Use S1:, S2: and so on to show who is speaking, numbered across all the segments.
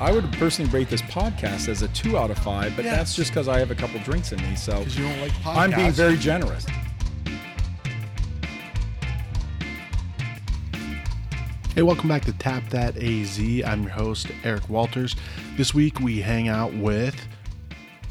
S1: I would personally rate this podcast as a two out of five, but
S2: Yes.
S1: that's just because I have a couple drinks in me. So
S2: Because you don't like podcasts.
S1: I'm being very generous.
S2: Hey, welcome back to Tap That AZ. I'm your host, Eric Walters. This week we hang out with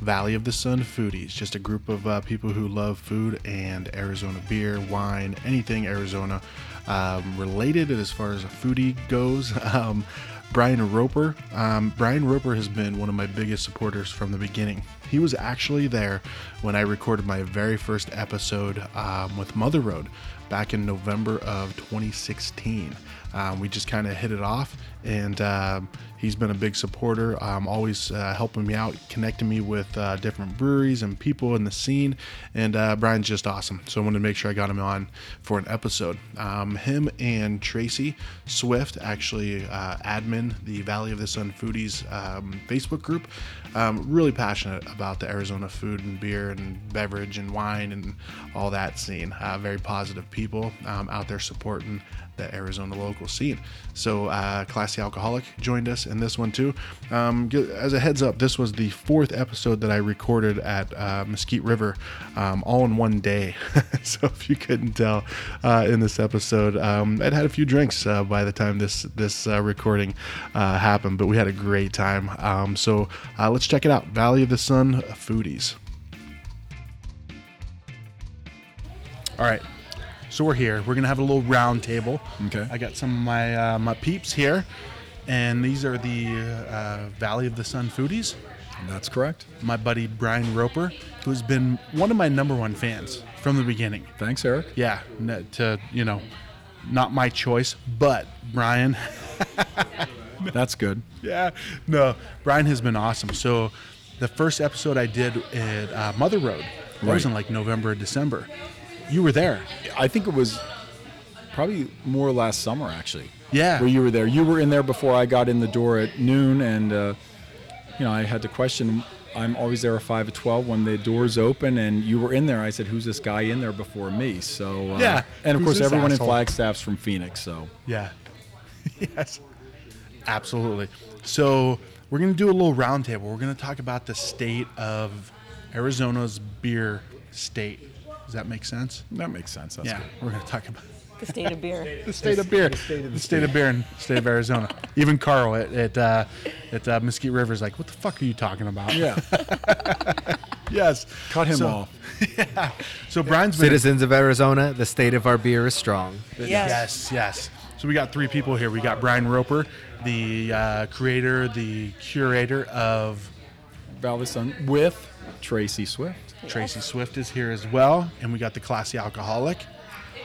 S2: Valley of the Sun Foodies, just a group of uh, people who love food and Arizona beer, wine, anything Arizona um, related as far as a foodie goes. Um, Brian Roper. Um, Brian Roper has been one of my biggest supporters from the beginning. He was actually there when I recorded my very first episode um, with Mother Road back in November of 2016. Um, we just kind of hit it off, and um, he's been a big supporter, um, always uh, helping me out, connecting me with uh, different breweries and people in the scene. And uh, Brian's just awesome. So I wanted to make sure I got him on for an episode. Um, him and Tracy Swift, actually uh, admin the Valley of the Sun Foodies um, Facebook group, um, really passionate about the Arizona food and beer and beverage and wine and all that scene. Uh, very positive people um, out there supporting the Arizona local scene. So, uh, Classy Alcoholic joined us in this one too. Um, g- as a heads up, this was the fourth episode that I recorded at uh, Mesquite River, um, all in one day. so, if you couldn't tell uh, in this episode, um, I'd had a few drinks uh, by the time this this uh, recording uh, happened, but we had a great time. Um, so, uh, let's check it out. Valley of the Sun Foodies. All right. So we're here. We're gonna have a little round table.
S1: Okay.
S2: I got some of my uh, my peeps here, and these are the uh, Valley of the Sun foodies.
S1: That's correct.
S2: My buddy Brian Roper, who's been one of my number one fans from the beginning.
S1: Thanks, Eric.
S2: Yeah, n- to you know, not my choice, but Brian.
S1: That's good.
S2: yeah, no, Brian has been awesome. So, the first episode I did at uh, Mother Road, that
S1: Right.
S2: was in like November or December. You were there.
S1: I think it was probably more last summer, actually.
S2: Yeah.
S1: Where you were there. You were in there before I got in the door at noon, and uh, you know I had to question. I'm always there at five at twelve when the doors open, and you were in there. I said, "Who's this guy in there before me?" So uh,
S2: Yeah.
S1: and of
S2: Who's
S1: course
S2: this
S1: everyone
S2: asshole?
S1: in Flagstaff's from Phoenix, so
S2: Yeah. yes. Absolutely. So we're gonna do a little roundtable. We're gonna talk about the state of Arizona's beer state. Does that make sense?
S1: that makes sense. That's
S2: yeah.
S1: good.
S2: We're gonna talk about
S3: The state of beer.
S2: the state of beer, the state of, beer in the state of Arizona. Even Carl at at, uh, at uh, Mesquite River is like, "What the fuck are you talking about?"
S1: Yeah,
S2: Yes.
S1: cut him
S2: So-
S1: off.
S2: So Brian's been
S4: Citizens of Arizona, the state of our beer is strong.
S2: Yes. yes, So we got three people here. We got Brian Roper, the uh, creator, the curator of
S1: Valley Sun with Tracy Swift.
S2: Tracy Swift is here as well, and we got the classy alcoholic.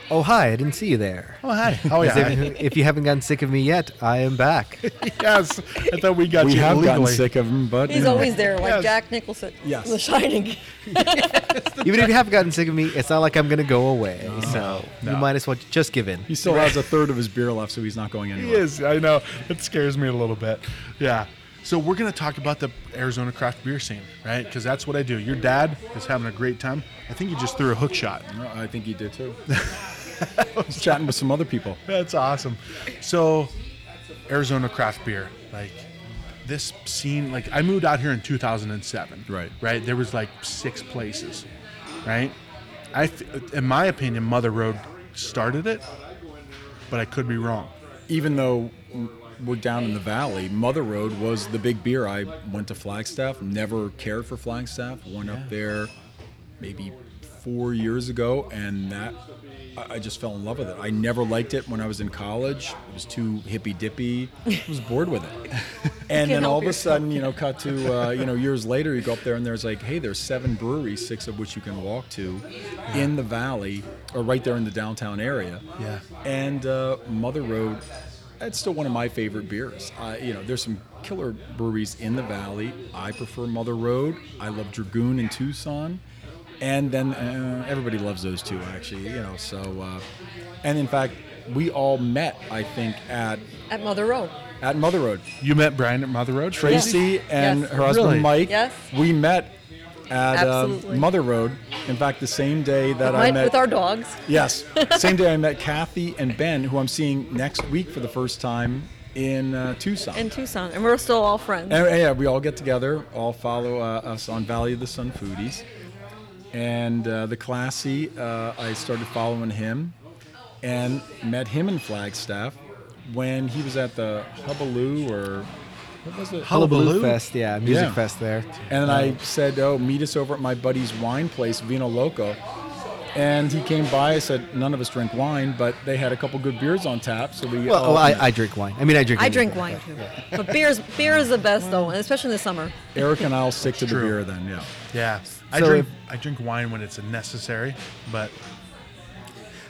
S4: Oh, hi, I didn't see you there.
S2: Oh hi! Oh
S4: As
S2: yeah!
S4: if, if you haven't gotten sick of me yet, I am back.
S2: yes, I thought we got
S1: We
S2: you
S1: have
S2: legally.
S1: gotten sick of him, but
S3: He's
S1: you know,
S3: always there, like
S2: Yes.
S3: Jack Nicholson.
S1: Yes.
S3: The Shining.
S4: Even if you have gotten sick of me, it's not like I'm going to go away. so
S2: no.
S4: you might as well just give in.
S1: He still has a third of his beer left, so he's not going anywhere.
S2: He is. I know. It scares me a little bit. Yeah. So we're gonna talk about the Arizona craft beer scene, right? Because that's what I do. Your dad is having a great time. I think he just threw a hook shot.
S1: No, I think he did too. I was chatting with some other people.
S2: That's awesome. So, Arizona craft beer, like this scene, like I moved out here in 2007.
S1: Right.
S2: Right. There was like six places. Right. I, f- in my opinion, Mother Road started it, but I could be wrong.
S1: Even though we're down in the valley, Mother Road was the big beer. I went to Flagstaff, never cared for Flagstaff. Went up there maybe four years ago, and that I I just fell in love with it. I never liked it when I was in college. It was too hippy dippy. I was bored with it. And then
S3: help
S1: all of a
S3: yourself.
S1: sudden, you know, cut to uh, you know years later, you go up there and there's like, hey, there's seven breweries, six of which you can walk to, in the valley or right there in the downtown area.
S2: Yeah.
S1: And uh, Mother Road, that's still one of my favorite beers. I, you know, there's some killer breweries in the valley. I prefer Mother Road. I love Dragoon in Tucson, and then uh, everybody loves those two actually. You know, so uh, and in fact, we all met I think at
S3: At Mother Row.
S1: at Mother Road.
S2: You met Brian at Mother Road.
S1: Tracy
S3: Yes.
S1: and
S3: Yes.
S1: her husband
S2: Really?
S1: Mike.
S3: Yes.
S1: We met at um,
S3: Absolutely.
S1: Mother Road. In fact, the same day that I
S3: Right,
S1: met
S3: with our dogs.
S1: Yes, same day I met Kathy and Ben, who I'm seeing next week for the first time in uh, Tucson.
S3: in Tucson, and we're still all friends.
S1: And, and, yeah, we all get together, all follow uh, us on Valley of the Sun Foodies. And uh, the classy, uh, I started following him and met him in Flagstaff when he was at the Hubaloo or what was it?
S4: Hullabaloo Fest, yeah, music
S1: Yeah.
S4: fest there.
S1: And I said, "Oh, meet us over at my buddy's wine place, Vino Loco." And he came by. I said, "None of us drink wine, but they had a couple good beers on tap, so we."
S4: Well,
S1: all-
S4: oh, I, I drink wine. I mean, I drink.
S3: I
S4: anything,
S3: drink wine too, but beer's beer is the best though, and especially in the summer.
S1: Eric and I'll stick to the
S2: True.
S1: beer then. Yeah.
S2: Yeah. I
S4: So
S2: drink
S4: if-
S2: I drink wine when it's necessary, but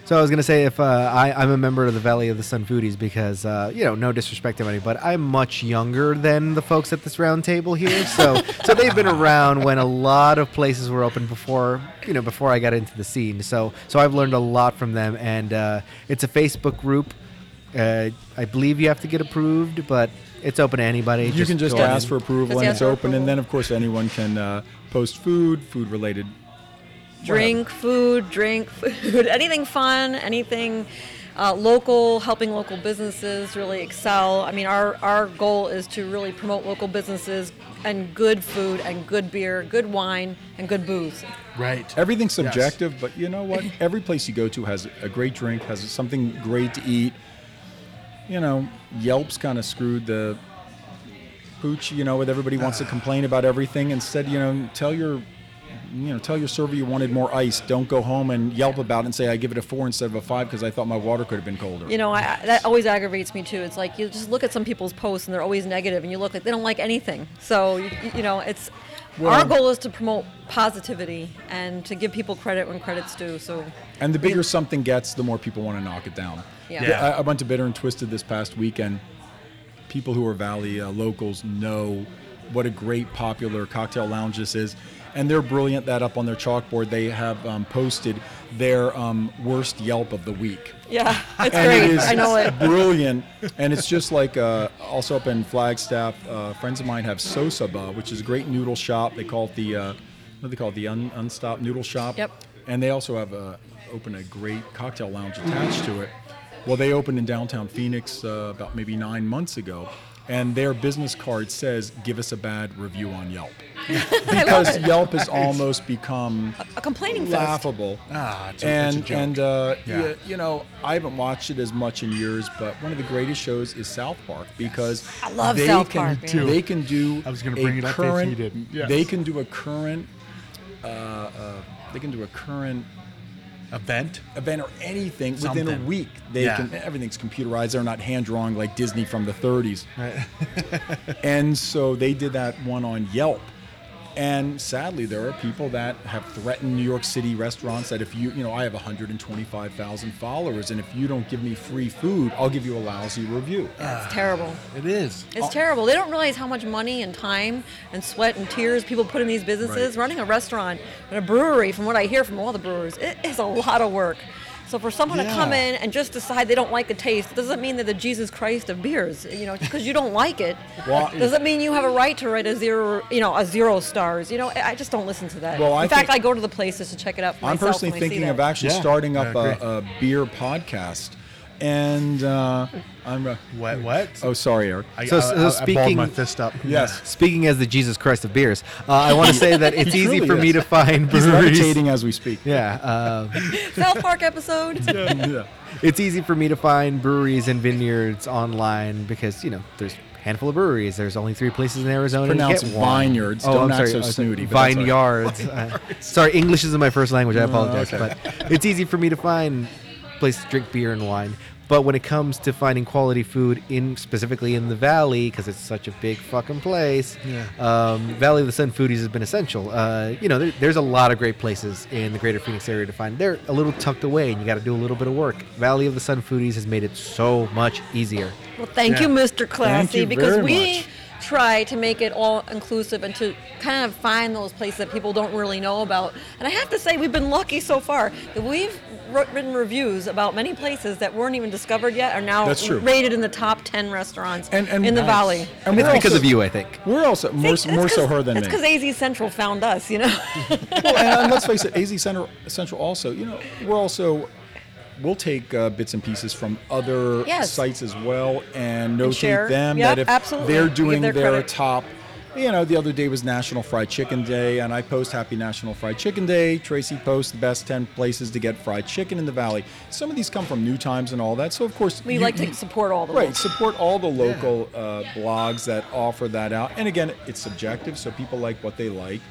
S4: So I was gonna say if uh, I, I'm a member of the Valley of the Sun Foodies because uh, you know no disrespect to anybody, but I'm much younger than the folks at this round table here. So so they've been around when a lot of places were open before you know before I got into the scene. So so I've learned a lot from them, and uh, it's a Facebook group. Uh, I believe you have to get approved, but it's open to anybody.
S1: You can just
S4: go on
S1: ask
S4: in.
S1: for approval
S3: Just
S1: and
S3: ask
S1: it's
S3: for
S1: open, and
S3: approval.
S1: then of course anyone can uh, post food, food related.
S3: Drink food, drink food, anything fun, anything uh, local, helping local businesses really excel. I mean, our our goal is to really promote local businesses and good food and good beer, good wine and good booze.
S2: right.
S1: Everything's subjective, but you know what? Every place you go to has a great drink, has something great to eat. You know, Yelp's kind of screwed the pooch. You know, with everybody wants to complain about everything. Instead, you know, tell your you know, tell your server you wanted more ice. Don't go home and yelp about it and say I give it a four instead of a five because I thought my water could have been colder.
S3: You know, I, I- that always aggravates me too. It's like you just look at some people's posts and they're always negative, and you look like they don't like anything. So you, you know, it's our
S1: Well-
S3: goal is to promote positivity and to give people credit when credit's due. So
S1: And the bigger something gets, the more people want to knock it down.
S3: Yeah.
S2: Yeah.
S1: I, I went to Bitter and Twisted this past weekend. People who are Valley uh, locals know what a great popular cocktail lounge this is. And they're brilliant that up on their chalkboard, they have um, posted their um, worst Yelp of the week.
S3: yeah, it's
S1: And
S3: great.
S1: it is
S3: I know it.
S1: brilliant. And it's just like uh, also up in Flagstaff, uh, friends of mine have Sosaba, which is a great noodle shop. They call it the uh, what do they call it? The un- Unstopped Noodle Shop.
S3: Yep.
S1: And they also have uh open a great cocktail lounge attached to it. Well, they opened in downtown Phoenix uh, about maybe nine months ago, and their business card says, "Give us a bad review on Yelp,"
S3: I love
S1: because
S3: it.
S1: Yelp has almost become
S3: A complaining fest.
S1: laughable.
S2: Ah, it's a- it's a
S1: and
S2: joke.
S1: and uh,
S2: Yeah.
S1: y- you know, I haven't watched it as much in years, but one of the greatest shows is South Park because
S3: I love
S1: they
S3: South
S1: can
S3: Park, man.
S1: they can do
S2: I was gonna
S1: a
S2: bring it up if you
S1: current-
S2: didn't. Yes.
S1: They can do a current. Uh, uh, they can do a current
S2: event.
S1: event or anything within a
S2: Something.
S1: week. They
S2: Yeah.
S1: can everything's computerized. They're not hand drawing like Disney from the 30s. and so they did that one on Yelp. And sadly, there are people that have threatened New York City restaurants that if you, you know, I have 125,000 followers, and if you don't give me free food, I'll give you a lousy review.
S3: It's terrible.
S2: It is.
S1: Oh.
S3: It's terrible. They don't realize how much money and time and sweat and tears people put in these businesses.
S1: Right.
S3: Running a restaurant and a brewery, from what I hear from all the brewers, it is a lot of work. So for someone to come
S2: Yeah.
S3: in and just decide they don't like the taste doesn't mean they're the Jesus Christ of beers. You know, because you don't like it
S1: Well,
S3: doesn't mean you have a right to write a zero. You know, a zero stars. You know, I I just don't listen to that.
S1: Well,
S3: in
S1: I
S3: fact,
S1: think-
S3: I go to the places to check it out. For
S1: I'm
S3: myself
S1: personally
S3: when I see
S1: thinking
S3: that.
S1: of actually
S2: Yeah,
S1: starting
S2: I
S1: up a,
S2: agree.
S1: a beer podcast. And uh, I'm, uh,
S2: What? What?
S1: oh, sorry, Eric.
S2: I,
S4: So-
S2: I,
S4: so
S2: I- I balled
S4: speaking-
S2: my fist up.
S1: yes.
S4: Speaking as the Jesus Christ of beers, uh, I want to say that it's
S1: He
S4: easy
S1: truly
S4: for me
S1: is.
S4: to find
S1: He's
S4: breweries.
S1: levitating as we speak.
S4: Yeah. Uh,
S3: South Park episode.
S1: yeah.
S4: it's easy for me to find breweries and vineyards online because you know there's a handful of breweries. There's only three places in Arizona.
S1: Pronounce
S4: to get one. Oh,
S1: vineyards. Don't act so
S4: I was-
S1: snooty, but that's all
S4: Vineyards. Uh, sorry, English isn't my first language. I apologize,
S1: okay.
S4: but it's easy for me to find places to drink beer and wine. But when it comes to finding quality food in specifically in the valley, because it's such a big fucking place, um, Valley of the Sun Foodies has been essential. Uh, you know, there, there's a lot of great places in the Greater Phoenix area to find. They're a little tucked away, and you got to do a little bit of work. Valley of the Sun Foodies has made it so much easier.
S3: Well, thank you, Mr. Classy,
S1: you
S3: because
S1: very
S3: we
S1: much.
S3: try to make it all inclusive and to kind of find those places that people don't really know about. And I have to say, we've been lucky so far that we've wr- written reviews about many places that weren't even discovered yet are now
S1: That's true.
S3: rated in the top 10 restaurants
S1: And, and
S3: in the
S1: Nice.
S3: valley.
S1: And
S4: It's
S1: we're
S4: because
S1: also-
S4: of you, I think.
S1: We're also more,
S3: It's
S1: more so
S3: 'cause-
S1: her than
S3: It's
S1: me.
S3: because AZ Central found us, you know?
S1: Well, and, and let's face it, AZ Center, Central also. You know, we're also we'll take uh, bits and pieces from other
S3: Yes.
S1: sites as well and
S3: share.
S1: notate them
S3: Yep,
S1: that if
S3: absolutely.
S1: they're
S3: Give
S1: doing
S3: their
S1: their,
S3: credit.
S1: top. You know, the other day was National Fried Chicken Day, and I post Happy National Fried Chicken Day. Tracy posts the best 10 places to get fried chicken in the Valley. Some of these come from New Times and all that, so of course
S3: We
S1: you-
S3: like to
S1: you-
S3: support all the
S1: Right,
S3: locals.
S1: support all the local uh, blogs that offer that out. And again, it's subjective, so people like what they like.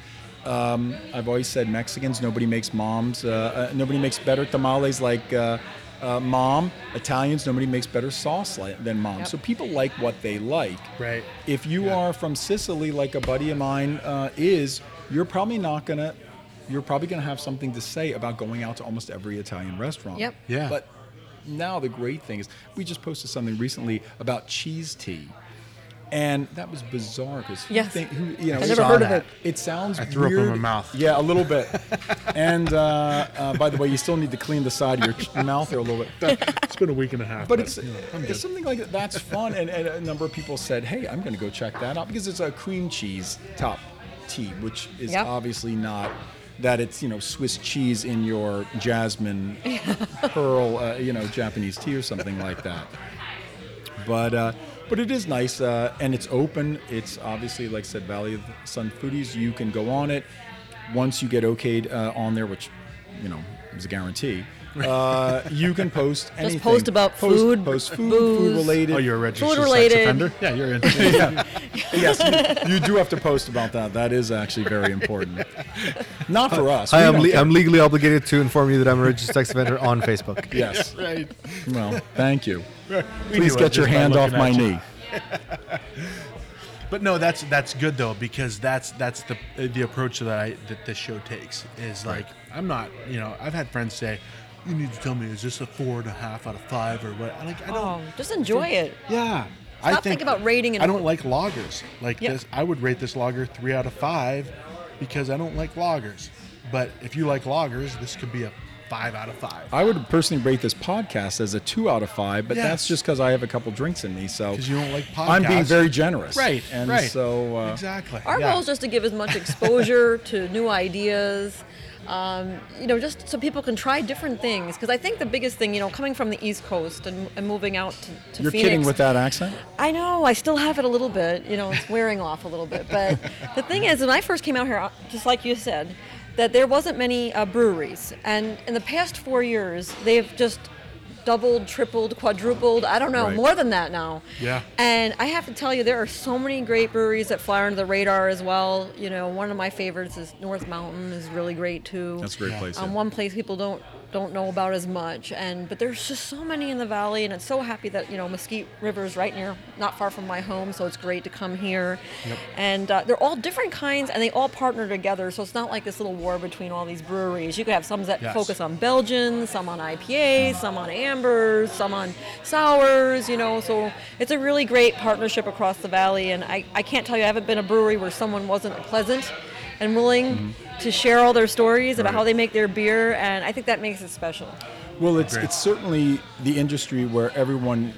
S1: Um, I've always said Mexicans, nobody makes moms, uh, uh, nobody makes better tamales like uh, uh, mom. Italians, nobody makes better sauce li- than mom. So people like what they like.
S2: Right.
S1: If you are from Sicily, like a buddy of mine uh, is, you're probably not gonna. You're probably going to have something to say about going out to almost every Italian restaurant.
S3: Yep.
S2: Yeah.
S1: But now the great thing is we just posted something recently about cheese tea. And that was bizarre because
S3: Yes.
S1: think, who, you know,
S3: I never heard of
S1: sounds-
S3: it.
S1: It sounds
S2: I threw up in my
S1: weird.
S2: mouth.
S1: Yeah, a little bit. and uh, uh, by the way, you still need to clean the side of your ch- mouth there a little bit.
S2: it's been a week and a half.
S1: But it's,
S2: you know, I'm
S1: it's
S2: good.
S1: something like that. That's fun. And, and a number of people said, hey, I'm going to go check that out because it's a cream cheese top tea, which is
S3: Yep.
S1: obviously not that it's, you know, Swiss cheese in your jasmine pearl, uh, you know, Japanese tea or something like that. But, uh, but it is nice uh, and it's open. It's obviously, like I said, Valley of the Sun Foodies. You can go on it. Once you get okayed uh, on there, which, you know, is a guarantee. uh, you can post anything.
S3: post about food,
S1: post food,
S3: booze.
S1: food related.
S2: Oh, you're a registered sex
S3: related.
S2: offender. Yeah, you're in.
S1: yes, you, you do have to post about that. That is actually very important. Not for us.
S4: I
S1: We
S4: am
S1: don't
S4: le-
S1: care.
S4: I'm legally obligated to inform you that I'm a registered sex offender on Facebook.
S1: Yes.
S2: right.
S1: Well, thank you.
S2: We
S1: Please
S2: knew it
S1: get your
S2: just by
S1: hand off
S2: looking
S1: my
S2: at you.
S1: knee.
S2: But no, that's that's good though because that's that's the the approach that I that this show takes is like I'm not you know I've had friends say you need to tell me is this a four and a half out of five or what like I don't
S3: Oh, just enjoy it.
S2: yeah I
S3: Stop thinking about rating and-
S2: I don't like loggers like
S3: Yeah.
S2: this I would rate this logger three out of five because I don't like loggers but if you like loggers this could be a five out of five
S1: I would personally rate this podcast as a two out of five, but
S2: Yeah.
S1: that's just because I have a couple drinks in me. So
S2: 'Cause you don't like
S1: I'm being
S2: podcasts.
S1: very generous,
S2: right
S1: And
S2: right
S1: so uh,
S2: exactly
S3: Our
S2: yeah.
S3: goal is just to give as much exposure to new ideas, um, you know, just so people can try different things. Because I think the biggest thing, you know, coming from the East Coast and, and moving out to, to
S1: you're
S3: Phoenix,
S1: kidding with that accent.
S3: I know. I still have it a little bit. You know, it's wearing off a little bit. But the thing is, when I first came out here, uh, just like you said, that there wasn't many uh, breweries, and in the past four years, they've just doubled, tripled, quadrupled. I don't know,
S1: Right.
S3: more than that now.
S2: Yeah.
S3: And I have to tell you, there are so many great breweries that fly under the radar as well. You know, one of my favorites is North Mountain is really great too.
S1: That's a great place.
S3: Um,
S1: yeah.
S3: one place people don't don't know about as much, and but there's just so many in the valley, and it's so happy that you know Mesquite River is right near, not far from my home, so it's great to come here. And uh, they're all different kinds, and they all partner together, so it's not like this little war between all these breweries. You could have some that
S2: Yes.
S3: focus on Belgians, some on IPAs, some on ambers, some on sours. You know, so it's a really great partnership across the valley, and I I can't tell you I haven't been a brewery where someone wasn't pleasant and willing to share all their stories about how they make their beer, and I think that makes it special.
S1: Well, it's
S2: Agree.
S1: it's certainly the industry where everyone,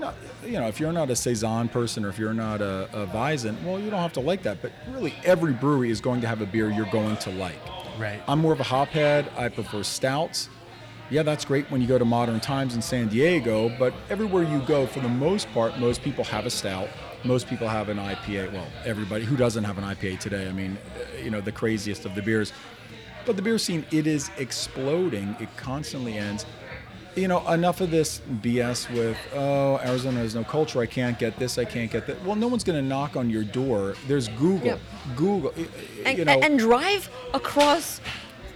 S1: not, you know, if you're not a saison person or if you're not a, a Weizen, well, you don't have to like that. But really, every brewery is going to have a beer you're going to like.
S2: Right.
S1: I'm more of a hophead. I prefer stouts. Yeah, that's great when you go to Modern Times in San Diego, but everywhere you go, for the most part, most people have a stout. Most people have an IPA. Well, everybody who doesn't have an IPA today, I mean, uh, you know, the craziest of the beers. But the beer scene, it is exploding. It constantly ends. You know, enough of this BS with, oh, Arizona has no culture. I can't get this. I can't get that. Well, no one's going to knock on your door. There's Google.
S3: Yep.
S1: Google. y-
S3: And,
S1: you know,
S3: and drive across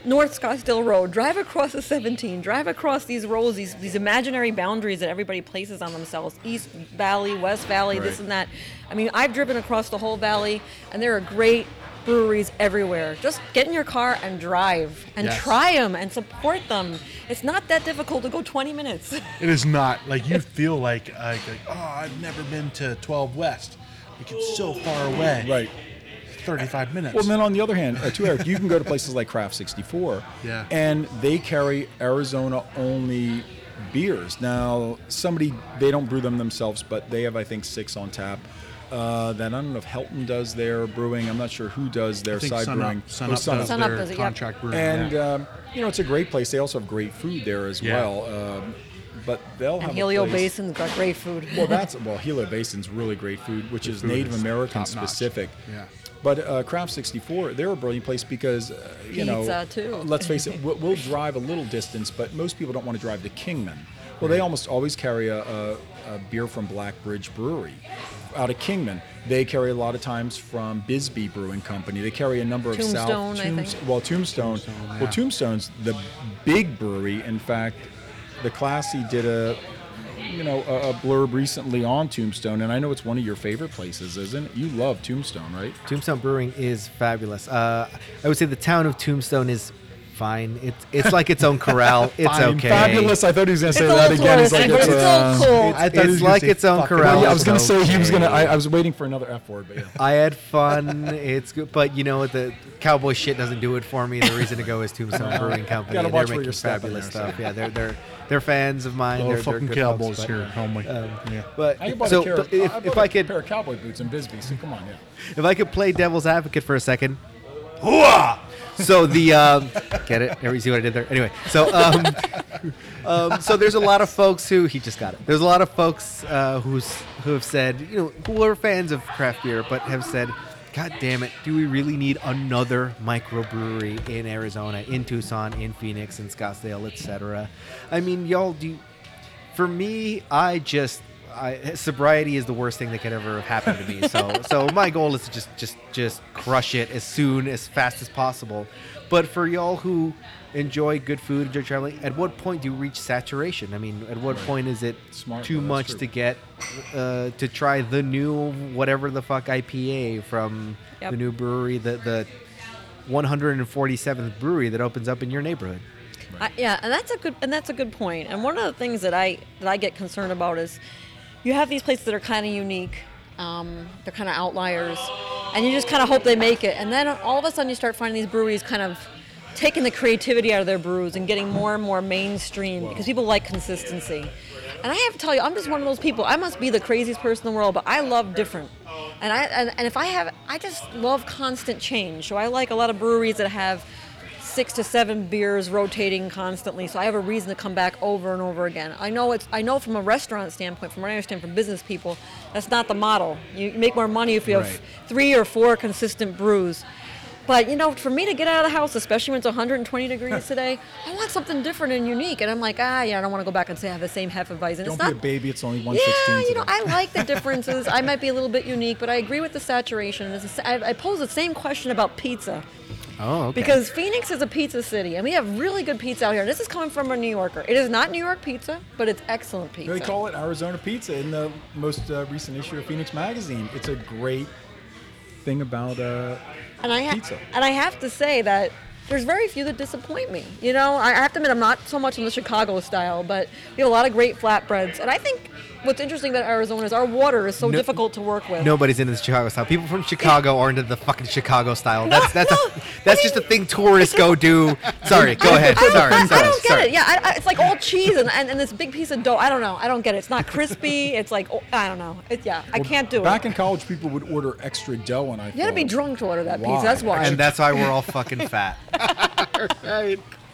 S3: North Scottsdale Road, drive across the 17, drive across these roads, these, these imaginary boundaries that everybody places on themselves East Valley, West Valley, this
S1: Right.
S3: and that. I mean, I've driven across the whole valley, and there are great breweries everywhere. Just get in your car and drive and
S2: Yes.
S3: try them and support them. It's not that difficult to go 20 minutes.
S2: It is not like you feel like, like, like, oh, I've never been to 12 West. Like it's so far away.
S1: right.
S2: 35 minutes.
S1: Well, then on the other hand, uh, too, Eric, you can go to places like Craft 64,
S2: Yeah.
S1: and they carry Arizona only beers. Now, somebody they don't brew them themselves, but they have I think six on tap. uh, that I don't know if Helton does their brewing. I'm not sure who does their
S2: I think
S1: side brewing.
S2: Sunup,
S1: Oh,
S2: Sunup
S1: Sunup.
S2: does
S3: Sunup
S2: uh, their
S3: does it, yep.
S2: contract brewing.
S1: And
S2: yeah.
S1: um, you know, it's a great place. They also have great food there as
S2: Yeah.
S1: well. Um, but they'll
S3: And
S1: have
S3: Helio
S1: a place.
S3: Basin's got great food.
S1: Well, that's well, Helio Basin's really great food, which is
S2: food
S1: Native
S2: is
S1: American
S2: top-notch.
S1: specific.
S2: Yeah.
S1: But uh, Craft 64, they're a brilliant place because, uh, you know,
S3: Pizza, too.
S1: let's face it, we'll, we'll drive a little distance, but most people don't want to drive to Kingman. Well, they almost always carry a, a, a beer from Blackbridge Brewery out of Kingman. They carry a lot of times from Bisbee Brewing Company. They carry a number of South
S3: Tombstone, I think.
S1: Tombs- well, Tombstone.
S2: Tombstone, yeah.
S1: Well, Tombstone's the big brewery. In fact, the Classy did a you know a, a blurb recently on Tombstone, and I know it's one of your favorite places, isn't it? You love Tombstone, right?
S4: Tombstone Brewing is fabulous. Uh, I would say the town of Tombstone is fine. It's it's like its own corral. It's
S2: Fine.
S4: okay.
S1: Fabulous. I thought he was gonna say
S3: It's a
S1: that
S3: little
S1: again. He's
S3: touristy,
S1: like,
S3: but
S1: it's,
S3: it's
S1: uh,
S3: still cool.
S2: I thought he was
S4: It's
S2: gonna
S4: like
S2: say
S4: its own
S2: fucking-
S4: corral.
S1: yeah, I was gonna
S4: It's
S1: say he was gonna. I,
S4: okay.
S1: I was waiting for another F word, but yeah.
S4: I had fun. It's good, but you know what? The cowboy shit doesn't do it for me. The reason to go is Tombstone Brewing Company.
S1: Gotta
S4: and
S1: watch where
S4: they're
S1: you're
S4: making
S1: stepping
S4: fabulous
S1: there, so.
S4: stuff. Yeah, they're they're they're fans of mine.
S2: Oh,
S4: they're, they're
S2: fucking
S4: good
S2: cowboys
S4: folks, but-
S2: here, homie.
S1: uh,
S2: yeah.
S4: But
S1: I bought
S4: so
S1: a pair,
S4: but if,
S1: I bought
S4: if
S1: a
S4: I could
S1: pair of cowboy boots in Bisbee, so come on, yeah.
S4: if I could play devil's advocate for a second. Hooah! So the um, get it? You see what I did there? Anyway, so um, um, so there's a lot of folks who he just got it. There's a lot of folks uh, who's who have said you know who are fans of craft beer, but have said, God damn it, do we really need another microbrewery in Arizona, in Tucson, in Phoenix, in Scottsdale, etc. I mean, y'all do for me, I just I, sobriety is the worst thing that could ever have happened to me. So, so my goal is to just just just crush it as soon as fast as possible. But for y'all who enjoy good food, enjoy traveling, at what point do you reach saturation? I mean, at what point is it
S1: Smart,
S4: too
S1: though, that's
S4: much
S1: true.
S4: to get uh, to try the new whatever the fuck IPA from
S3: Yep.
S4: the new brewery, the the 147th brewery that opens up in your neighborhood?
S3: I, yeah, and that's a good and that's a good point. And one of the things that I that I get concerned about is you have these places that are kind of unique. Um, they're kind of outliers, and you just kind of hope they make it. And then all of a sudden, you start finding these breweries kind of taking the creativity out of their brews and getting more and more mainstream because people like consistency. And I have to tell you, I'm just one of those people. I must be the craziest person in the world, but I love different. And I and, and if I have, I just love constant change. So I like a lot of breweries that have six to seven beers rotating constantly so i have a reason to come back over and over again i know it's i know from a restaurant standpoint from what i understand from business people that's not the model you you make more money if you
S1: Right.
S3: have three or four consistent brews but you know for me to get out of the house especially when it's 120 degrees today i want something different and unique and i'm like ah yeah i don't want to go back and say i have the same
S1: Don't
S3: hefeweizen it's
S1: be
S3: not
S1: a baby. It's only one
S3: yeah,
S1: sixteen.
S3: you know, I like the differences. I might be a little bit unique, but I agree with the saturation. It's the sa- I I posed the same question about pizza.
S4: Oh, okay.
S3: Because Phoenix is a pizza city, and we have really good pizza out here. This is coming from a New Yorker. It is not New York pizza, but it's excellent pizza.
S1: They call it Arizona Pizza in the most uh, recent issue of Phoenix Magazine. It's a great thing about. Uh,
S3: and I ha-
S1: pizza.
S3: And I have to say that there's very few that disappoint me. You know, I I have to admit I'm not so much in the Chicago style, but we have a lot of great flatbreads. And I think what's interesting about Arizona is our water is so
S4: No-
S3: difficult to work with.
S4: Nobody's into the Chicago style. People from Chicago aren't into the fucking Chicago style. That's that's
S3: no,
S4: a, that's
S3: I
S4: just a
S3: mean-
S4: thing tourists go do. Sorry, go ahead.
S3: I don't-
S4: sorry,
S3: I, I
S4: sorry,
S3: don't get
S4: sorry.
S3: it. Yeah, I, I, it's like all cheese and, and, and this big piece of dough. I don't know. I don't get it. It's not crispy. it's like oh, I don't know. It, yeah, I can't do
S1: back
S3: it.
S1: in college, people would order extra dough, and I.
S3: You had to be
S1: thought,
S3: drunk to order that
S1: Why?
S3: pizza. That's why.
S4: And that's why we're all fucking fat.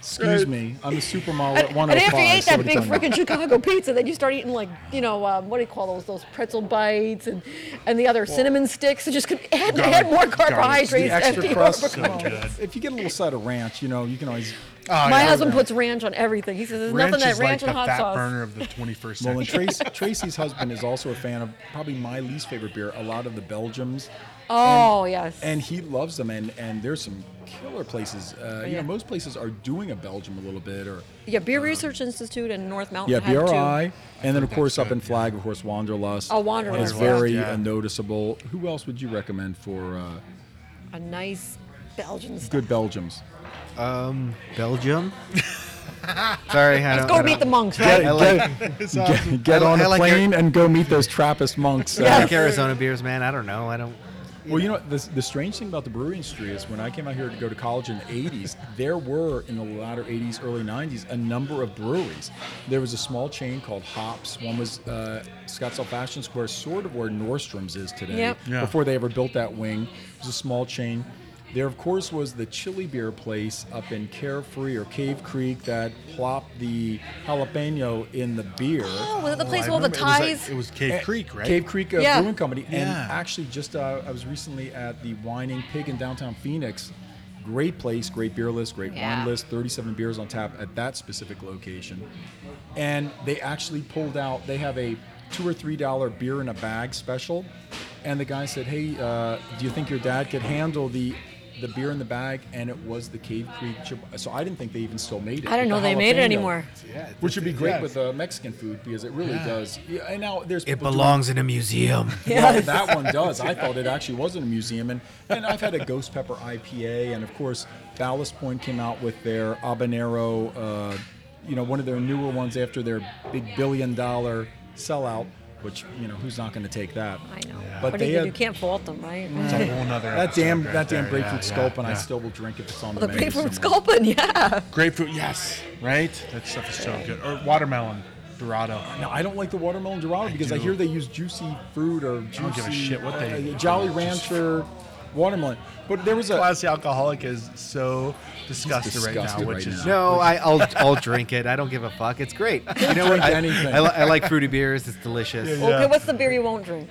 S1: Excuse me, I'm a supermodel at
S3: And, and
S1: 105.
S3: after you ate
S1: so
S3: that
S1: what are
S3: big
S1: you talking
S3: freaking Chicago pizza, then you start eating like you know um, what do you call those those pretzel bites and and the other cinnamon sticks. It just could add,
S2: Garlic-
S3: add more
S2: garlic.
S1: about?
S2: The
S1: the
S3: carbohydrates. and
S1: extra
S3: the
S1: crust.
S3: overcome.
S1: you know, if you get a little side of ranch, you know, you can always.
S3: My husband puts ranch on everything. He says there's
S2: Ah, ranch
S3: nothing that
S2: is like
S3: ranch
S2: the
S3: and hot
S2: fat
S3: sauce.
S2: burner of the 21st
S1: Well, and
S2: century.
S1: Trace, Tracy's husband is also a fan of probably my least favorite beer, a lot of the Belgiums.
S3: Oh yes.
S1: and he loves them and and there's some killer places uh, you
S3: yeah.
S1: know most places are doing a belgium a little bit or
S3: yeah, Beer Research Institute and North Mountain.
S1: yeah
S3: have two.
S1: bri and then of
S2: that's
S1: course up
S2: good,
S1: in flag of course wanderlust
S3: Oh,
S1: is
S3: Wanderlust, yeah.
S1: very
S2: Yeah.
S1: uh, noticeable who else would you recommend for uh,
S3: A nice Belgian. Style.
S1: good belgiums
S4: Um, Belgium. Sorry, I
S3: Let's
S4: don't.
S3: go
S4: I
S3: meet
S4: don't-
S3: the monks, right?
S4: I like,
S1: get, get
S4: I
S1: on
S4: li- I
S1: a
S4: like your-
S1: plane and go meet those trappist monks uh,
S4: I
S3: Yeah.
S4: like Arizona beers, man. I don't know. I don't.
S1: Well, you know, what, the, the strange thing about the brewery industry is when I came out here to go to college in the 80s, there were, in the latter 80s, early 90s, a number of breweries. There was a small chain called Hops. One was uh, Scottsdale Fashion Square, sort of where Nordstrom's is today,
S3: Yep.
S2: Yeah.
S1: before they ever built that wing. It was a small chain. There, of course, was the chili beer place up in Carefree or Cave Creek that plopped the jalapeno in the beer.
S3: Oh, was it the
S2: Oh,
S3: place
S2: I
S3: with all the
S2: remember. It was,
S3: ties?
S2: like- it was Cave
S1: Uh,
S2: Creek, right?
S1: Cave Creek uh,
S3: Yeah.
S1: Brewing Company. And
S2: Yeah.
S1: actually, just uh, I was recently at the Whining Pig in downtown Phoenix. Great place, great beer list, great
S3: Yeah.
S1: wine list. Thirty-seven beers on tap at that specific location, and they actually pulled out. They have a two or three dollar beer in a bag special, and the guy said, "Hey, uh, do you think your dad could handle the?" The beer in the bag, and it was the Cave Creek. Chip- So I didn't think they even still made it.
S3: I didn't know
S1: with the
S3: they made it
S1: jalapeno.
S3: anymore.
S2: Yeah, it-
S1: Which would be
S2: it-
S1: great
S2: yeah.
S1: with uh, Mexican food because it really
S2: Yeah.
S1: does. Yeah, and now there's
S4: It
S1: people doing-
S4: belongs in a museum.
S1: well, that one does. I thought it actually was in a museum, and, and I've had a Ghost Pepper IPA, and of course, Ballast Point came out with their Habanero, uh, you know, one of their newer ones after their big billion dollar sellout, which you know, who's not going to take that?
S3: I know.
S1: But
S3: What do
S1: they
S3: you,
S1: had-
S3: you can't fault them, right?
S2: It's a whole nother
S1: That
S2: episode
S1: damn,
S2: right
S1: that damn
S2: there.
S1: grapefruit
S2: Yeah, yeah,
S1: sculpin, I
S2: yeah.
S1: still will drink if it's on the,
S3: The
S1: menu
S3: grapefruit
S1: somewhere.
S3: sculpin, yeah.
S2: Grapefruit, yes, right? That stuff is so good. Or watermelon, Dorado.
S1: Now, I don't like the watermelon dorado because I
S2: do.
S1: hear they use juicy fruit or juicy
S2: give a shit what they-
S1: uh, Jolly
S2: just-
S1: Rancher watermelon. But there was a
S2: Classy alcoholic is so disgusted, right now,
S1: disgusted right
S2: which is
S1: now.
S4: No, I, I'll I'll drink it. I don't give a fuck. It's great. You know what?
S1: Drink
S4: I,
S1: anything.
S4: I, li- I like fruity beers. It's delicious.
S2: Yeah, yeah.
S3: Okay, what's the beer you won't drink?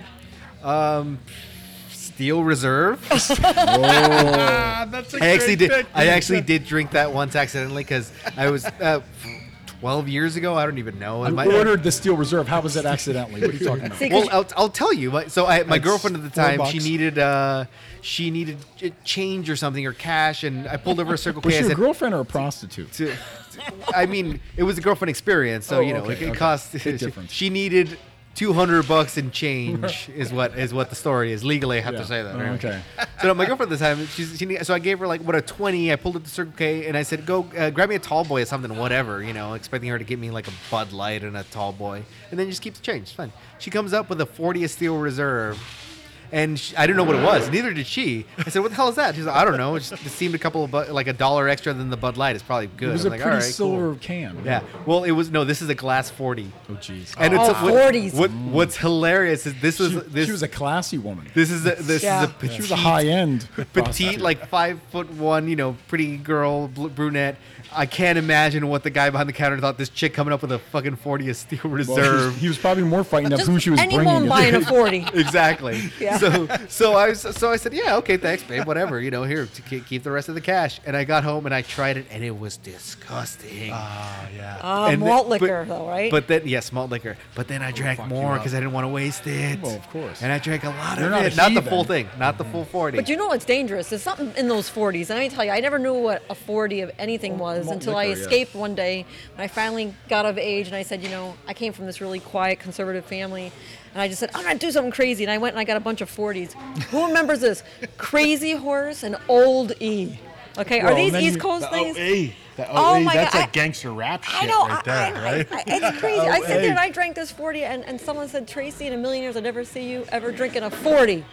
S4: Steel Reserve.
S2: Ah, that's a
S4: I actually
S2: great
S4: did.
S2: pick,
S4: I
S2: dude.
S4: actually did drink that once accidentally because I was uh, twelve years ago. I don't even know.
S1: I
S4: My-
S1: ordered the Steel Reserve. How was it accidentally? What are you talking about?
S3: See, 'cause
S4: well, I'll, I'll tell you. My- So I, my
S1: That's
S4: girlfriend at the
S1: four
S4: time, she
S1: bucks.
S4: needed uh, she needed ch- change or something or cash, and I pulled over a Circle
S1: Was
S4: K. I
S1: she a
S4: said,
S1: girlfriend or a prostitute?
S4: to, I mean, it was a girlfriend experience, so
S1: Oh,
S4: you know
S1: okay,
S4: it, it
S1: okay.
S4: cost.
S1: Big difference.
S4: she needed two hundred bucks in change, is what is what the story is. Legally, I have
S1: Yeah.
S4: to say that.
S1: Oh,
S4: right?
S1: okay.
S4: So my girlfriend at the time, she's, she need, so I gave her like what a twenty. I pulled up to Circle K and I said, "Go uh, grab me a tall boy or something, whatever." You know, expecting her to get me like a Bud Light and a tall boy, and then just keeps change. It's fine. She comes up with a forty steel reserve. And she, I didn't know what it was. Neither did she. I said, "What the hell is that?" She's like, "I don't know. It just it seemed a couple of bu- like a dollar extra than the Bud Light. It's probably good."
S1: It was
S4: I'm
S1: a
S4: like,
S1: pretty
S4: "All right, cool."
S1: silver can.
S4: Yeah. Well, it was no. This is a glass forty,
S1: Oh, jeez.
S4: and
S3: Oh,
S4: it's a, what-
S3: 40s.
S4: What, what's hilarious is this was
S1: she,
S4: this
S1: she was a classy woman.
S4: this is a, this
S3: Yeah.
S4: is a petite,
S1: She was a high end
S4: petite like five foot one, you know, pretty girl, bl- brunette. I can't imagine what the guy behind the counter thought. This chick coming up with a fucking forty of steel reserve.
S1: He was probably more frightened of
S3: Just
S1: who she was
S3: anyone
S1: bringing.
S3: buying a 40.
S4: exactly.
S3: Yeah.
S4: So so I was, so I said, yeah, okay, thanks, babe, whatever. You know, here to ke- keep the rest of the cash. And I got home and I tried it, and it was disgusting.
S2: Ah, yeah.
S3: Uh,
S4: And the-
S3: malt
S4: but-
S3: liquor, though, right?
S4: But then, yes, malt liquor. But then I drank
S2: fuck you
S4: more
S2: up.
S4: because I didn't want to waste it.
S1: Well, of course.
S4: And I drank a lot
S1: You're
S4: of
S1: not a
S4: it. Not the
S1: heathen.
S4: full thing. Not the full 40.
S3: But you know what's dangerous? There's something in those 40s. And I tell you, I never knew what a 40 of anything was
S1: malt
S3: until I
S1: liquor, yeah.
S3: escaped one day when I finally got of age and I said, you know, I came from this really quiet conservative family. And I just said, I'm going to do something crazy. And I went and I got a bunch of 40s. Who remembers this? Crazy Horse and Old E. Okay,
S1: Well,
S3: are these
S1: then
S3: East
S1: you-
S3: Coast things?
S2: The OA. The
S3: Oh
S2: OA,
S3: my
S2: that's
S3: God,
S2: like
S3: I-
S2: gangster rap shit
S3: I know.
S2: right
S3: I-
S2: there,
S3: I-
S2: right?
S3: I- it's crazy. I
S2: Oh,
S3: sit there and
S2: hey.
S3: I drank this 40, and, and someone said, Tracy, in a million years, I'd never see you ever drinking a 40.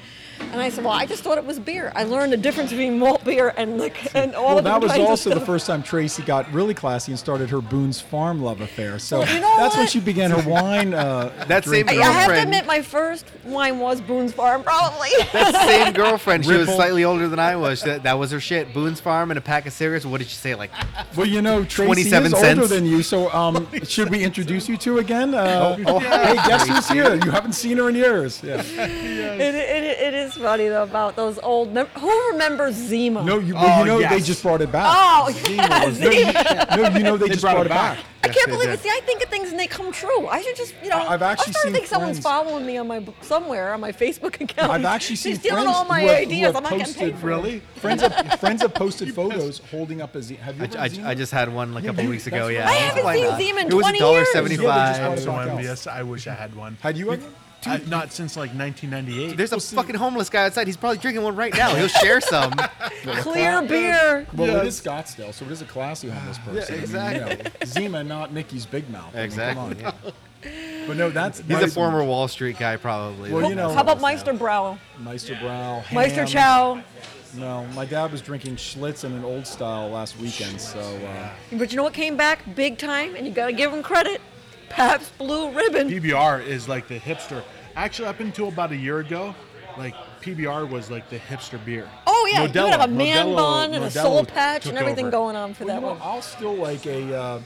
S3: And I said, Well, I just thought it was beer. I learned the difference between malt beer and like, and all
S1: Well,
S3: of
S1: that was
S3: kinds of
S1: also the
S3: stuff.
S1: first time Tracy got really classy and started her Boone's Farm love affair. So
S3: Well, you know
S1: that's when
S3: what?
S1: she began her wine. Uh,
S4: That same
S1: drinking.
S3: I, I have to
S4: girlfriend.
S3: admit, my first wine was Boone's Farm, probably.
S4: that same girlfriend, she was
S1: Ripple.
S4: slightly older than I was. That, that was her shit. Boone's Farm and a pack of cigarettes. What did she say? Like,
S1: Well, you know, Tracy is
S4: 27
S1: older
S4: cents.
S1: than you, so um, should we introduce you two again? Uh,
S4: oh,
S1: hey, guess who's here? You haven't seen her in years. Yeah.
S3: it, it, it is funny, though, about those old. Mem- who remembers Zima?
S1: No, you, well,
S2: Oh,
S1: you know they
S2: yes.
S1: just brought it back.
S3: Oh, yeah,
S1: No, you,
S3: Zima.
S1: no, you know they,
S2: They
S1: just
S2: brought it back.
S3: I
S4: Yes,
S3: can't
S4: they
S3: believe
S4: did.
S3: it. See, I think of things and they come true. I should just, you know,
S1: I've actually
S3: I'm starting
S1: seen
S3: to think someone's
S1: friends-
S3: following me on my somewhere on my Facebook account.
S1: I've actually seen
S3: She's stealing
S1: friends
S3: all my
S1: who have, who
S3: ideas.
S1: have
S3: I'm not getting
S1: posted,
S3: paid for. it.
S2: Really?
S1: Friends have, friends have posted photos holding up a Z. Have you
S4: I,
S1: ever
S4: I,
S1: seen
S4: I
S1: it?
S4: just had one like a couple
S1: you-
S4: weeks
S1: that's
S4: ago.
S1: what-
S4: Yeah.
S1: I uh,
S3: haven't
S4: Why
S3: seen
S4: not?
S3: Zima in
S4: It was
S3: 20
S4: $1.75.
S3: years.
S1: Yeah, they just
S2: so
S1: Fuck else.
S2: envious. I wish I had one.
S1: Had you ever?
S2: I, not since like 1998.
S4: There's a fucking homeless guy outside. He's probably drinking one right now. He'll share some.
S3: Clear beer.
S1: Well, it is Scottsdale, so it is a classy homeless person. I mean, you know, Zima, not Mickey's Big Mouth. I mean, come on.
S4: exactly. yeah.
S1: But no, that's
S4: He's a former Wall Street guy, probably.
S1: Well, you know-
S3: How about Meisterbrow?
S1: Meisterbrow. ham.
S3: Meisterchow?
S1: No, my dad was drinking Schlitz in an old style last weekend, so uh,
S3: But you know what came back big time? And you got to give him credit. Pabst Blue Ribbon.
S2: PBR is like the hipster. Actually, up until about a year ago, like PBR was like the hipster beer.
S3: Oh, yeah. you would have a man
S2: Modelo-
S3: bun and a soul
S2: Modelo
S3: patch and
S2: took
S3: everything
S2: over.
S3: going on for
S1: Well,
S3: that
S1: you know,
S3: one.
S1: I'll still like a. Uh,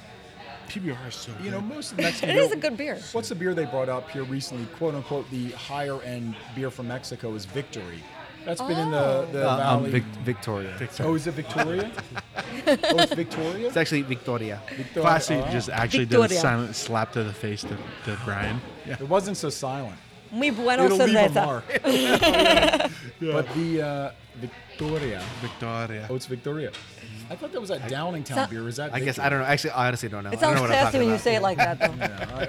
S2: PBR is so
S1: you know,
S2: good.
S1: most of the Mexican.
S3: It
S1: beer-
S3: is a good beer.
S1: What's the beer they brought up here recently? "Quote unquote," the higher end beer from Mexico is Victory. That's been in the the
S4: Uh, um,
S1: valley.
S4: Vic- Victoria.
S1: oh, is it Victoria? oh, it's Victoria.
S4: It's actually Victoria.
S1: Victoria,
S2: Classy
S1: all right.
S2: just actually did
S3: Victoria.
S2: a silent slap to the face to, to Brian. Yeah.
S1: It wasn't so silent.
S3: Muy bueno
S1: It'll leave a
S3: cerveza.
S1: mark. But the uh, Victoria.
S2: Victoria.
S1: Oh, it's Victoria. I thought that was that Downingtown
S3: So-
S1: beer. Is that?
S4: I guess
S1: Victory?
S4: I don't know. Actually, I honestly don't know.
S3: It
S4: I
S3: sounds
S4: don't know what I'm
S3: classy
S4: talking
S3: when you
S4: about.
S3: say it like that,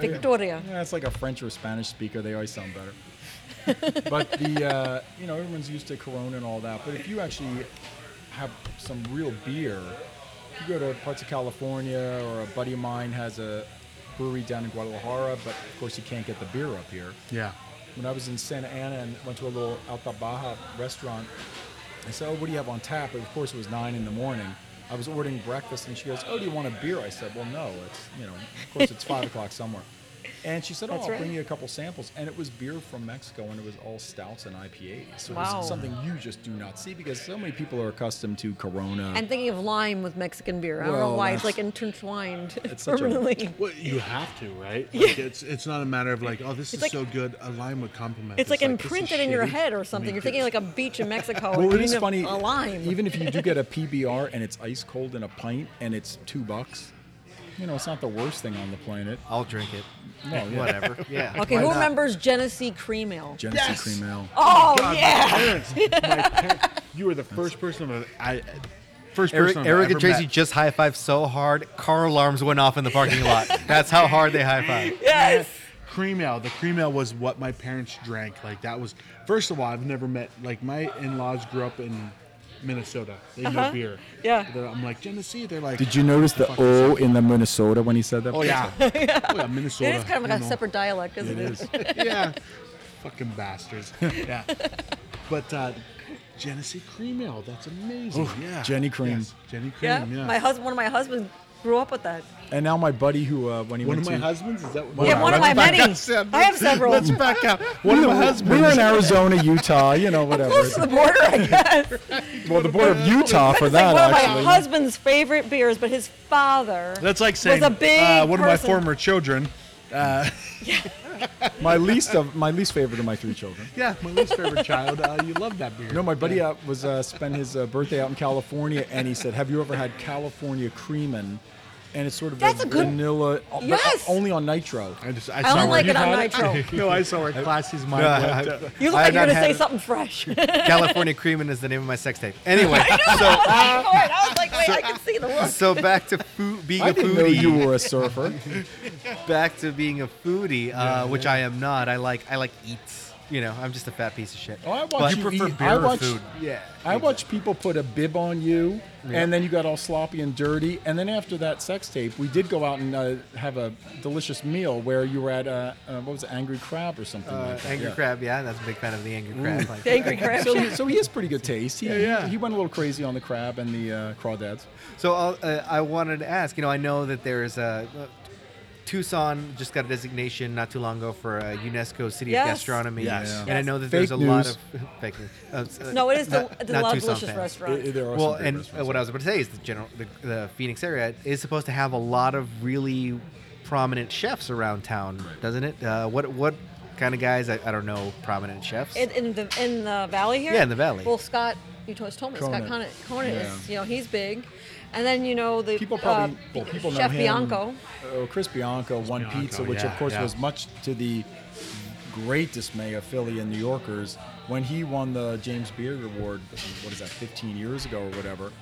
S3: though. Victoria.
S1: Yeah, it's like a French or Spanish speaker. They always sound better. but the uh, you know everyone's used to Corona and all that. But if you actually have some real beer, if you go to parts of California or a buddy of mine has a brewery down in Guadalajara, but of course you can't get the beer up here.
S2: Yeah.
S1: When I was in Santa Ana and went to a little Alta Baja restaurant, I said, "Oh, what do you have on tap?" And of course it was nine in the morning. I was ordering breakfast, and she goes, "Oh, do you want a beer?" I said, "Well, no. It's you know, of course it's five o'clock somewhere." And she said, "Oh,
S3: That's
S1: I'll
S3: right.
S1: bring you a couple samples." And it was beer from Mexico, and it was all stouts and IPAs. So
S3: Wow.
S1: it's something you just do not see because so many people are accustomed to Corona.
S3: And thinking of lime with Mexican beer. I don't know
S1: Well,
S3: why it's
S1: that's-
S3: like intertwined
S1: It's such a-
S3: permanently.
S2: Well, you have to, right? Like it's it's not a matter of like, oh, this is
S3: like-
S2: so good. A lime would compliment.
S3: It's
S2: this.
S3: like
S2: this is
S3: imprinted in your
S2: shitty.
S3: head or something.
S2: Make
S3: You're
S2: it-
S3: thinking like a beach in Mexico. and
S1: well, it
S3: eating
S1: is
S3: a-
S1: funny.
S3: A lime.
S1: Even if you do get a PBR and it's ice cold in a pint and it's two bucks, you know, it's not the worst thing on the planet.
S4: I'll drink it.
S1: No, yeah.
S4: Whatever. Yeah.
S3: okay,
S1: why
S3: who
S1: not?
S3: remembers Genesee Cream Ale?
S1: Genesee
S2: Yes!
S1: Cream Ale.
S3: oh,
S2: God,
S3: yeah.
S2: My parents, my parents, you were the first person I've- I. First
S4: Eric,
S2: person I've
S4: Eric
S2: ever
S4: and Tracy
S2: met.
S4: just high fived so hard, car alarms went off in the parking lot. That's how hard they high five.
S3: Yes.
S2: cream ale. The cream ale was what my parents drank. Like that was first of all, I've never met like my in-laws grew up in Minnesota. They know beer.
S3: Uh-huh. Yeah.
S2: They're- I'm like Genesee. They're like.
S1: Did you notice the
S2: Fuck
S1: O in the Minnesota when he said that?
S2: Oh yeah. oh yeah. Minnesota.
S3: It is kind of
S2: you
S3: like a
S2: know.
S3: separate dialect, isn't
S1: It
S3: it?
S1: is.
S2: yeah. Fucking bastards. Yeah. But uh, Genesee cream ale. That's amazing. yeah.
S1: Jenny cream.
S2: Yes, Jenny cream.
S3: Yeah.
S2: Yeah.
S3: My husband, one of my husbands grew up with that.
S1: And now my buddy who uh, when he
S2: One of
S1: went
S2: my
S1: to
S2: husbands is that?
S3: Yeah, one of my
S2: Let's
S3: many.
S2: back up, Sam.
S3: I have several.
S2: Let's back up. One of
S1: we
S2: my
S1: were,
S2: husbands.
S1: We were in Arizona, Utah, you know, whatever.
S3: Close to the border, I guess.
S1: well, the border of Utah for
S3: It's like
S1: that
S3: one of my
S1: actually.
S3: husband's favorite beers, but his father
S2: That's like saying
S3: was a big
S2: uh, one of my
S3: person.
S2: former children.
S1: My least of my least favorite of my three children.
S2: Yeah, my least favorite child. Uh, you love that beer.
S1: No, my buddy uh, was uh, spent his uh, birthday out in California, and he said, "Have you ever had California Creamin'?" And it's sort of
S3: That's a good-
S1: vanilla, uh, but
S3: Yes!
S1: only on nitro.
S2: I just I,
S3: I
S2: saw
S3: only
S2: where
S3: like
S2: you
S3: it on
S2: had
S3: nitro.
S2: no, I saw where Classy's mind went.
S4: Uh,
S3: You look
S4: I
S3: like you're
S4: have not
S3: gonna
S4: had
S3: say
S4: it.
S3: something fresh.
S4: California Creamin' is the name of my sex tape. Anyway,
S3: I know it. I was like, wait, I can see the look.
S4: so back to food, being
S1: I
S4: a
S1: didn't know you
S4: foodie.
S1: were a surfer.
S4: Back to being a foodie, uh, which I am not. I like I like eats. You know, I'm just a fat piece of shit.
S1: Oh, I watch
S4: But-
S1: you
S2: prefer
S1: eat.
S2: beer
S1: I
S2: or
S1: watch,
S2: food?
S4: Yeah,
S1: I watch people put a bib on you, and then you got all sloppy and dirty. And then after that sex tape, we did go out and uh, have a delicious meal where you were at uh, uh, what was it, Angry Crab or something
S4: Uh,
S1: like that.
S4: angry
S1: yeah.
S4: crab, yeah, Mm. that's a big fan of the angry crab. Like,
S3: The angry crab.
S1: So, he- so he has pretty good taste. He,
S2: yeah.
S1: he went a little crazy on the crab and the uh, crawdads.
S4: So I'll, uh, I wanted to ask. You know, I know that there is a uh, Tucson just got a designation not too long ago for a UNESCO City
S3: Yes.
S4: of Gastronomy.
S1: Yes. Yeah.
S4: and I know that
S1: Fake
S4: there's a lot
S1: news.
S4: of fake news. Uh, s- uh,
S3: No, it is the,
S4: not-
S3: the
S4: not
S3: Love
S4: Tucson
S3: Delicious
S4: fans.
S3: restaurant.
S1: I- there are
S4: Well,
S1: some great
S4: and uh,
S1: restaurants
S4: what I was about to say is the general, the, the Phoenix area is supposed to have a lot of really prominent chefs around town, doesn't it? Uh, what what kind of guys? I, I don't know prominent chefs.
S3: In, in the in the valley here.
S4: Yeah, in the valley.
S3: Well, Scott, you just told me Scott
S1: Conan.
S3: Conan, Conan
S1: Yeah.
S3: is you know he's big, and then you know the
S1: People probably
S3: uh,
S1: well, people know
S3: Chef
S1: him.
S3: Bianco.
S1: Oh, Chris Bianco won
S2: Bianco,
S1: pizza, which of
S2: yeah,
S1: course
S2: yeah.
S1: was much to the great dismay of Philly and New Yorkers when he won the James Beard Award. What is that, 15 years ago or whatever?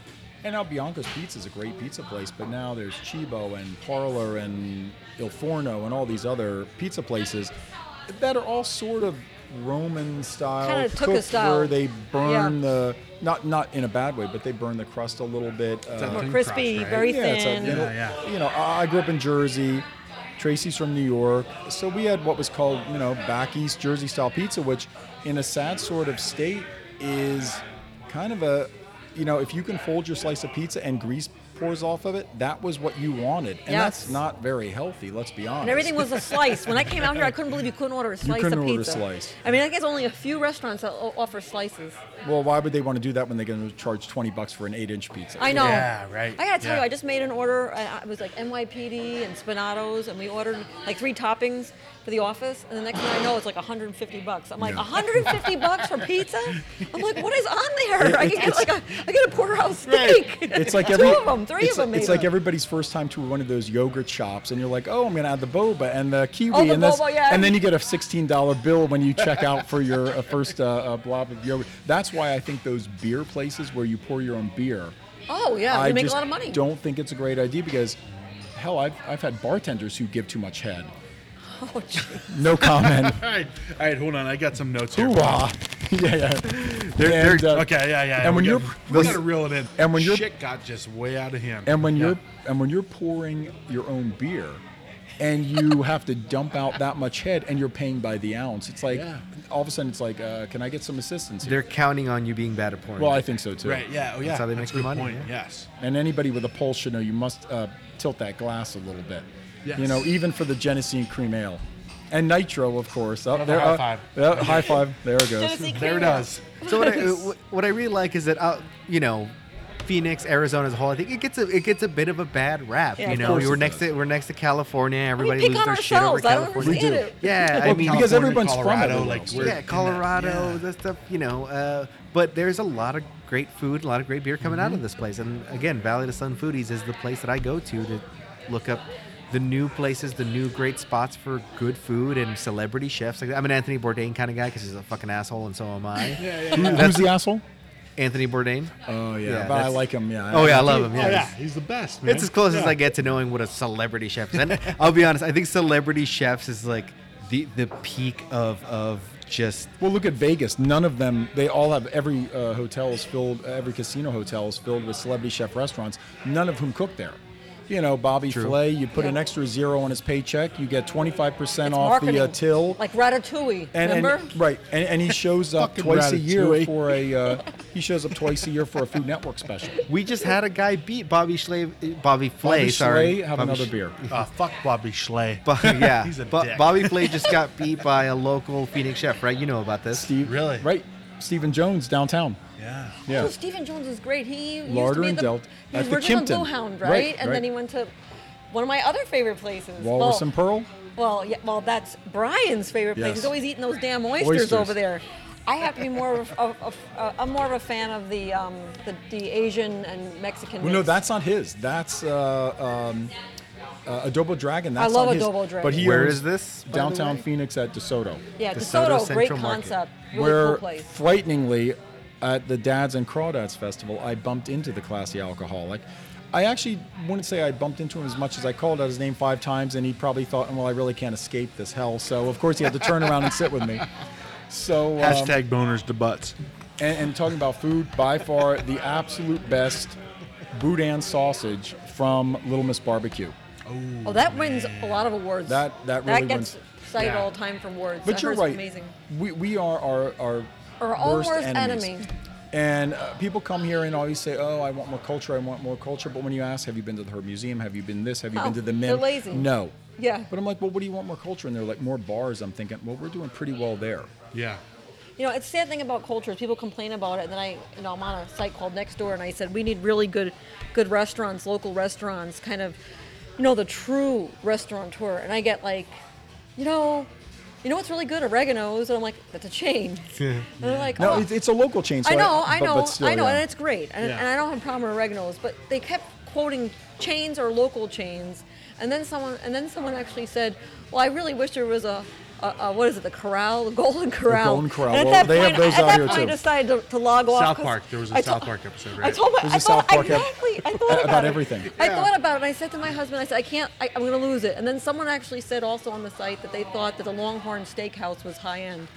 S1: And now Bianco's Pizza is a great pizza place, but now there's Chibo and Parlor and Il Forno and all these other pizza places that are all sort of Roman style,
S3: Kinda took a
S1: cooked
S3: style.
S1: where they burn
S3: Yeah.
S1: the not not in a bad way, but they burn the crust a little bit. uh,
S2: a
S3: More
S2: Thin
S3: crispy,
S2: crust, right?
S3: very
S1: yeah, it's a,
S3: thin.
S1: you know,
S2: Yeah, yeah.
S1: you know, I I grew up in Jersey. Tracy's from New York. So we had what was called, you know, back east Jersey style pizza, which in a sad sort of state is kind of a, you know, if you can fold your slice of pizza and grease pours off of it, that was what you wanted. And that's
S3: Yes.
S1: not very healthy, let's be honest.
S3: And everything was a slice. When I came out here, I couldn't believe you couldn't order a slice
S1: couldn't
S3: of
S1: order a
S3: pizza.
S1: slice.
S3: I mean, I think there's only a few restaurants that o- offer slices.
S1: well, why would they want to do that when they're going to charge 20 bucks for an 8-inch pizza?
S3: I know.
S2: Yeah, right.
S3: I gotta tell
S2: Yeah.
S3: you, I just made an order. I I- it was like NYPD and Spinatos, and we ordered like three toppings for the office. And the next thing I know, it's like 150 bucks. I'm like,
S1: Yeah.
S3: 150 bucks for pizza? I'm like, what is on there? I can get like a, I get a porterhouse
S2: Right.
S3: steak.
S1: It's like
S3: two
S1: every,
S3: of them, three
S1: it's,
S3: of them.
S1: It's
S3: maybe.
S1: like everybody's first time to one of those yogurt shops, and you're like, "Oh, I'm gonna add the boba and the kiwi,"
S3: Oh, the
S1: and this-
S3: boba, yeah.
S1: and then you get a sixteen dollar bill when you check out for your uh, first uh, uh, blob of yogurt. That's why I think those beer places where you pour your own beer,
S3: Oh yeah,
S1: I
S3: you make
S1: just
S3: a lot of money.
S1: don't think it's a great idea because, hell, I've I've had bartenders who give too much head.
S3: Oh, gee.
S1: No comment.
S2: All right, all right, hold on. I got some notes here.
S1: Hoo-ah. yeah, yeah.
S2: They're-
S1: And, uh,
S2: okay, yeah, yeah.
S1: And when
S2: we
S1: you're
S2: got- we gotta reel it in.
S1: and when you're-
S2: shit got just way out of hand.
S1: And when
S2: Yeah.
S1: you're and when you're pouring your own beer, and you have to dump out that much head, and you're paying by the ounce, it's like
S2: Yeah.
S1: all of a sudden it's like, uh, can I get some assistance? Here?
S4: They're counting on you being bad at porn.
S1: Well, I think so too.
S2: right, yeah, oh yeah,
S4: That's how they
S2: that's
S4: make
S2: a
S4: their
S2: good
S4: money,
S2: Point.
S4: yeah.
S2: Yes.
S1: And anybody with a pulse should know you must uh, tilt that glass a little bit.
S2: Yes.
S1: You know, even for the Genesee cream ale, and nitro, of course. Up
S2: Another
S1: there,
S2: high
S1: uh,
S2: five.
S1: yeah, high five. There it goes.
S3: Genesee
S2: There it does.
S4: So what I, uh, what I really like is that uh, you know, Phoenix, Arizona as a whole, I think it gets a it gets a bit of a bad rap.
S3: Yeah,
S4: you
S3: of
S4: know,
S1: course
S4: we're
S1: it
S4: next
S1: does.
S4: to we're next to California. Everybody
S3: pick
S4: loses
S3: on
S4: their shit over
S3: ourselves. I don't
S4: California.
S3: understand it.
S4: Yeah,
S1: Well,
S4: I mean
S1: because
S2: California,
S1: everyone's from it a
S2: Colorado,
S1: little
S2: like
S1: bit.
S2: we're in
S4: yeah,
S2: that-
S4: Colorado,
S2: yeah.
S4: that stuff. You know, uh, but there's a lot of great food, a lot of great beer coming
S3: Mm-hmm.
S4: out of this place. And again, Valley to Sun Foodies is the place that I go to to look up the new places, the new great spots for good food and celebrity chefs. Like that. I'm an Anthony Bourdain kind of guy because he's a fucking asshole, and so am I.
S1: Who- who's the asshole?
S4: Anthony Bourdain.
S1: Oh yeah, but I
S4: that's-
S1: like him. Yeah.
S4: Oh yeah, I love him.
S2: Oh,
S4: Yeah,
S2: yeah,
S4: It's-
S2: he's the best, man.
S4: it's as close as
S2: Yeah.
S4: I get to knowing what a celebrity chef is. And I'll be honest, I think celebrity chefs is like the the peak of of just
S1: Well, look at Vegas. None of them. They all have every uh, hotel is filled. Every casino hotel is filled with celebrity chef restaurants. None of whom cook there. You know, Bobby Flay. You put an extra zero on his paycheck. You get twenty five percent
S3: It's
S1: off the uh,
S3: marketing.
S1: till.
S3: Like Ratatouille.
S1: and,
S3: remember?
S1: and right, and, and he shows up
S2: Fucking
S1: twice a year
S2: ratatouille.
S1: for a. Uh, he shows up twice a year for a Food Network special.
S4: We just had a guy beat Bobby Schley, Bobby Flay.
S1: Bobby
S4: sorry,
S1: Flay, have
S4: Bobby
S1: another
S4: Sch-
S1: beer.
S2: Uh, fuck Bobby Schley.
S4: Bo- yeah,
S2: He's a
S4: Bo-
S2: dick.
S4: Bobby Flay just got beat by a local Phoenix chef, right? You know about this.
S1: Steve,
S2: Really?
S1: Right, Stephen Jones downtown.
S2: Yeah.
S1: Yeah.
S3: Oh, Stephen Jones is great. He used
S1: Larder
S3: to be
S1: and
S3: the,
S1: Delt-
S3: he
S1: at
S3: was
S1: the
S3: originally
S1: Kimpton.
S3: Bluehound,
S1: Right,
S3: right? And
S1: right.
S3: then he went to one of my other favorite places.
S1: Walrus
S3: well,
S1: and Pearl.
S3: Well, yeah, well, that's Brian's favorite place.
S1: Yes.
S3: He's always eating those damn oysters,
S1: Oysters.
S3: over there. I have to be more of a, of a, I'm more of a fan of the um, the, the Asian and Mexican.
S1: Well, no,
S3: mix.
S1: that's not his. That's uh, um, uh, Adobo Dragon. That's
S3: love
S1: not his.
S3: Adobo Dragon.
S1: But he
S4: Where
S1: owns
S4: is this, by the
S1: Downtown
S4: way?
S1: Phoenix at DeSoto.
S3: yeah,
S4: DeSoto
S3: DeSoto, great
S4: Central Market,
S3: concept, really
S1: where
S3: cool place.
S1: frighteningly, at the Dads and Crawdads Festival, I bumped into the classy alcoholic. I actually wouldn't say I bumped into him as much as I called out his name five times, and he probably thought, "Well, I really can't escape this hell." So of course he had to turn around and sit with me. So um,
S2: Hashtag boners to butts.
S1: and, and talking about food, by far the absolute best Boudin sausage from Little Miss Barbecue.
S3: oh, that wins a lot of awards.
S1: That- that really
S3: gets
S1: wins.
S3: cited
S2: Yeah.
S3: all the time for awards.
S1: But
S3: I
S1: you're
S3: heard
S1: right.
S3: It's amazing.
S1: We, we are our, our,
S3: Our own worst
S1: enemies.
S3: enemy.
S1: And uh, people come here and always say, "Oh, I want more culture. I want more culture." But when you ask, "Have you been to the Herb Museum? Have you been this? Have you
S3: Oh,
S1: been to the
S3: they're
S1: MIM?"
S3: lazy.
S1: No.
S3: Yeah.
S1: But I'm like, "Well, what do you want more culture?" And they're like, "More bars." I'm thinking, "Well, we're doing pretty well
S3: Uh-huh.
S1: there."
S2: Yeah.
S3: You know, it's the sad thing about culture is people complain about it. And then I, you know, I'm on a site called Next Door, and I said we need really good, good restaurants, local restaurants, kind of, you know, the true restaurateur. And I get like, you know, you know what's really good? Oregano's. And I'm like, that's a chain. and they're like,
S1: No,
S3: oh.
S1: it's, it's a local chain. So
S3: I know, I
S1: but-
S3: know,
S1: but still,
S3: I know,
S1: yeah.
S3: and it's great. And,
S2: Yeah.
S3: and I don't have a problem with oregano's, but they kept quoting chains or local chains, and then someone, and then someone actually said, "Well, I really wish there was a." Uh, uh, what is it? The Corral, the Golden Corral.
S1: Golden Corral.
S3: And at
S1: Well,
S3: that
S1: they have
S3: point,
S1: those
S3: at
S1: out
S3: that
S1: here,
S3: point,
S1: too.
S3: I decided to, to log off.
S2: South
S3: 'cause
S2: Park. There was a
S3: I
S2: South
S3: to-
S2: Park episode,
S3: I
S2: right?
S3: told my,
S1: There's
S3: I
S1: a
S3: thought,
S1: South Park ep-
S3: exactly. I thought
S1: about
S3: about, it.
S1: everything.
S3: I
S2: Yeah.
S3: thought about it. And I said to my husband, I said, I can't. I, I'm going to lose it. And then someone actually said also on the site that they thought that the Longhorn Steakhouse was high end.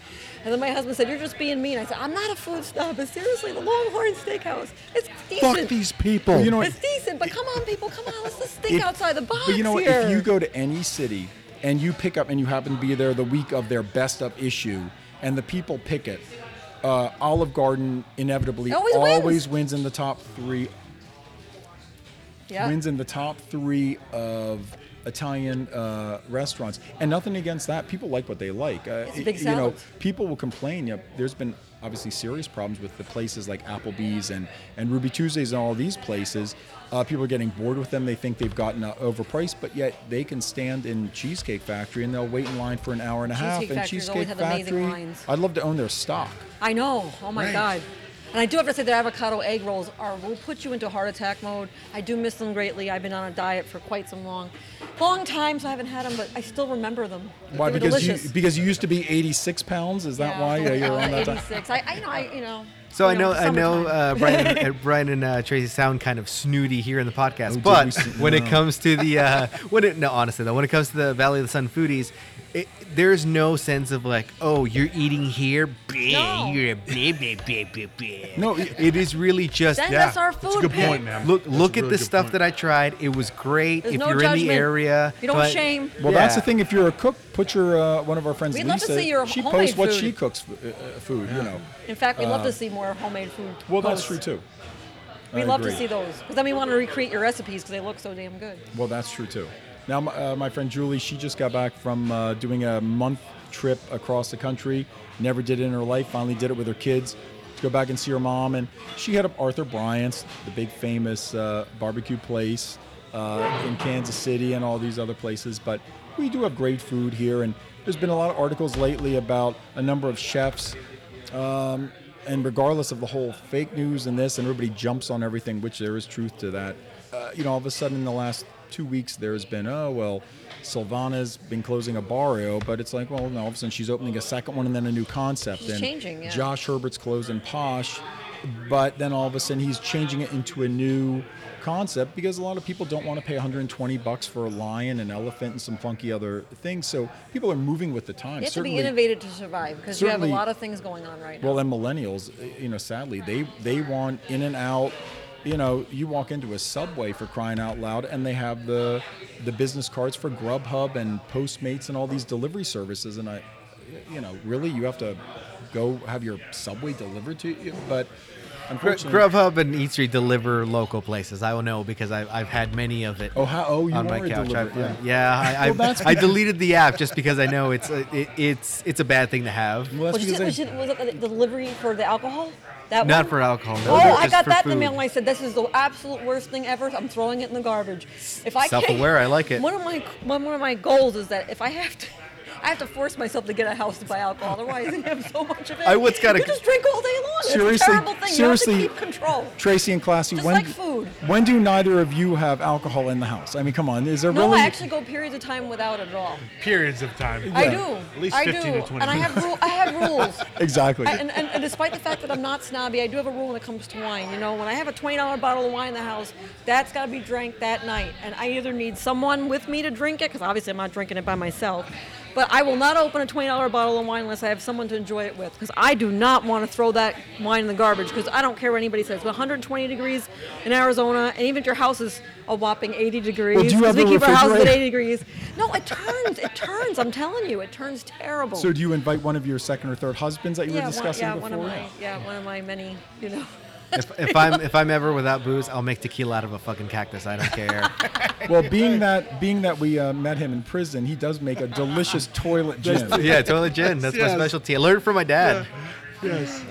S3: And then my husband said, "You're just being mean." I said, "I'm not a food snob, but seriously, the Longhorn Steakhouse, it's decent.
S2: Fuck these people.
S1: You know what?
S3: it's decent, but come on, people, come on, let's just think
S1: if-
S3: outside the box
S1: But you know what?
S3: here.
S1: If you go to any city and you pick up and you happen to be there the week of their best up issue, and the people pick it, uh, Olive Garden inevitably
S3: Always wins.
S1: always wins in the top three
S3: yeah.
S1: wins in the top three of Italian uh, restaurants. And nothing against that. People like what they like. Uh,
S3: It's a big
S1: you know,
S3: salad.
S1: people will complain. You know, there's been obviously serious problems with the places like Applebee's and, and Ruby Tuesdays and all these places. Uh, people are getting bored with them. They think they've gotten uh, overpriced, but yet they can stand in Cheesecake Factory and they'll wait in line for an hour and a half.
S3: Cheesecake
S1: and
S3: Factory's always
S1: Cheesecake
S3: had amazing
S1: Factory,
S3: lines.
S1: I'd love to own their stock.
S3: I know. Oh my god. And I do have to say their avocado egg rolls are will put you into heart attack mode. I do miss them greatly. I've been on a diet for quite some long, long time, so I haven't had them, but I still remember them.
S1: Why?
S3: They're
S1: Because
S3: delicious.
S1: you because you used to be 86 pounds. Is that
S3: Yeah.
S1: why? Yeah, you're on that. diet.
S3: 86. I, I know. I you know.
S4: So
S3: you
S4: I know, I know,
S3: summertime.
S4: uh, Brian, and, uh, Brian and uh, Tracy sound kind of snooty here in the podcast,
S1: did we
S4: but
S1: see-
S4: when it
S1: no.
S4: comes to the uh, when it no, honestly though, when it comes to the Valley of the Sun foodies, it, there's no sense of like, oh, you're eating here, bleh,
S3: No.
S4: you're a bleh, bleh, bleh, bleh, bleh.
S1: No, it-
S4: it is really just
S3: Send
S2: Yeah,
S3: us our
S2: that's
S3: food.
S2: a good
S3: pic.
S2: point, man.
S4: look
S2: That's a
S4: look at
S2: really
S4: the
S2: good
S4: stuff
S2: point.
S4: that I tried. It was great.
S3: There's
S4: if
S3: no
S4: you're in
S3: judgment.
S4: the area,
S3: You don't
S4: but-
S3: shame.
S1: Well, that's the
S4: Yeah.
S1: thing. If you're a cook, put your uh, one of our friends,
S3: We'd love to
S1: Lisa.
S3: see your
S1: she
S3: homemade
S1: posts what
S3: food.
S1: she cooks uh, uh, food. You know.
S3: In fact, we love to see more homemade food.
S1: Uh, Well, that's true
S3: posts.
S1: too.
S3: We
S1: I
S3: love to
S1: agree.
S3: see those because then we want to recreate your recipes because they look so damn good.
S1: Well, that's true too. Now, my, uh, my friend Julie, she just got back from uh, doing a month trip across the country. Never did it in her life. Finally, did it with her kids to go back and see her mom. And she had up Arthur Bryant's, the big famous uh, barbecue place uh, in Kansas City, and all these other places. But we do have great food here, and there's been a lot of articles lately about a number of chefs and regardless of the whole fake news and this, and everybody jumps on everything, which there is truth to that. Uh, you know, all of a sudden in the last two weeks, there's been, oh, well, Sylvana's been closing a barrio, but it's like, well, no, all of a sudden she's opening a second one and then a new concept.
S3: She's
S1: and
S3: changing, yeah.
S1: Josh Herbert's closing Posh, but then all of a sudden he's changing it into a new concept because a lot of people don't want to pay 120 bucks for a lion, an elephant, and some funky other things. So people are moving with the time.
S3: You have
S1: Certainly,
S3: to be innovative to survive because you have a
S1: certainly-
S3: lot of things going on right now.
S1: well, and millennials, uh, you know, sadly, they they want in and out. You know, you walk into a subway for crying out loud, and they have the the business cards for Grubhub and Postmates and all these delivery services. And I, you know, really, you have to go have your subway delivered to you. But unfortunately,
S4: Grubhub and Eat Street deliver local places. I will know because I've, I've had many of it.
S1: Oh, how- oh, you
S4: on my
S1: are a
S4: couch.
S1: deliver-
S4: I-
S1: yeah.
S4: yeah, I, I,
S1: Well, that's-
S4: I deleted the app just because I know it's a, it, it's it's a bad thing to have.
S1: well, that's
S3: was, it,
S1: because
S3: was,
S1: they-
S3: it, was it the delivery for the alcohol? That
S4: Not
S3: one?
S4: for alcohol, no,
S3: Oh,
S4: they're
S3: I
S4: just
S3: got
S4: for
S3: that in the mail
S4: food.
S3: and I said, "This is the absolute worst thing ever. I'm throwing it in the garbage." If I can't-
S4: Self-aware, I like it.
S3: One of my one, one of my goals is that if I have to. I have to force myself to get a house to buy alcohol, otherwise I have so much of it.
S4: I once got a-
S3: You just drink all day long. it's a
S1: Seriously-
S3: terrible thing.
S1: seriously-
S3: you have to keep control.
S1: Tracy and Classy,
S3: Just
S1: when
S3: like food.
S1: when do neither of you have alcohol in the house? I mean, come on, is there
S3: No,
S1: really?
S3: I actually go periods of time without it at all.
S2: Periods of time.
S3: I
S1: Yeah.
S3: do.
S2: At least
S3: I
S2: 15
S3: do.
S2: to 20
S3: And I have rule. I have rules.
S1: exactly.
S3: I- and, and, and despite the fact that I'm not snobby, I do have a rule when it comes to wine. You know, when I have a $20 bottle of wine in the house, that's got to be drank that night. And I either need someone with me to drink it, because obviously I'm not drinking it by myself, but I will not open a $20 bottle of wine unless I have someone to enjoy it with, because I do not want to throw that wine in the garbage, because I don't care what anybody says. But 120 degrees in Arizona, and even if your house is a whopping 80 degrees,
S1: you have
S3: because we
S1: a
S3: keep our houses at
S1: refrigerator?
S3: 80 degrees. No, it turns. It turns. I'm telling you, it turns terrible.
S1: so, do you invite one of your second or third husbands that you were
S3: Yeah, one,
S1: discussing
S3: yeah,
S1: before?
S3: one of my, yeah, one of my many, you know.
S4: If, if I'm if I'm ever without booze, I'll make tequila out of a fucking cactus. I don't care.
S1: Well, being that being that we uh, met him in prison, he does make a delicious toilet gin.
S4: yeah, toilet gin. That's
S2: Yes.
S4: my specialty. I learned from my dad.
S2: Yes.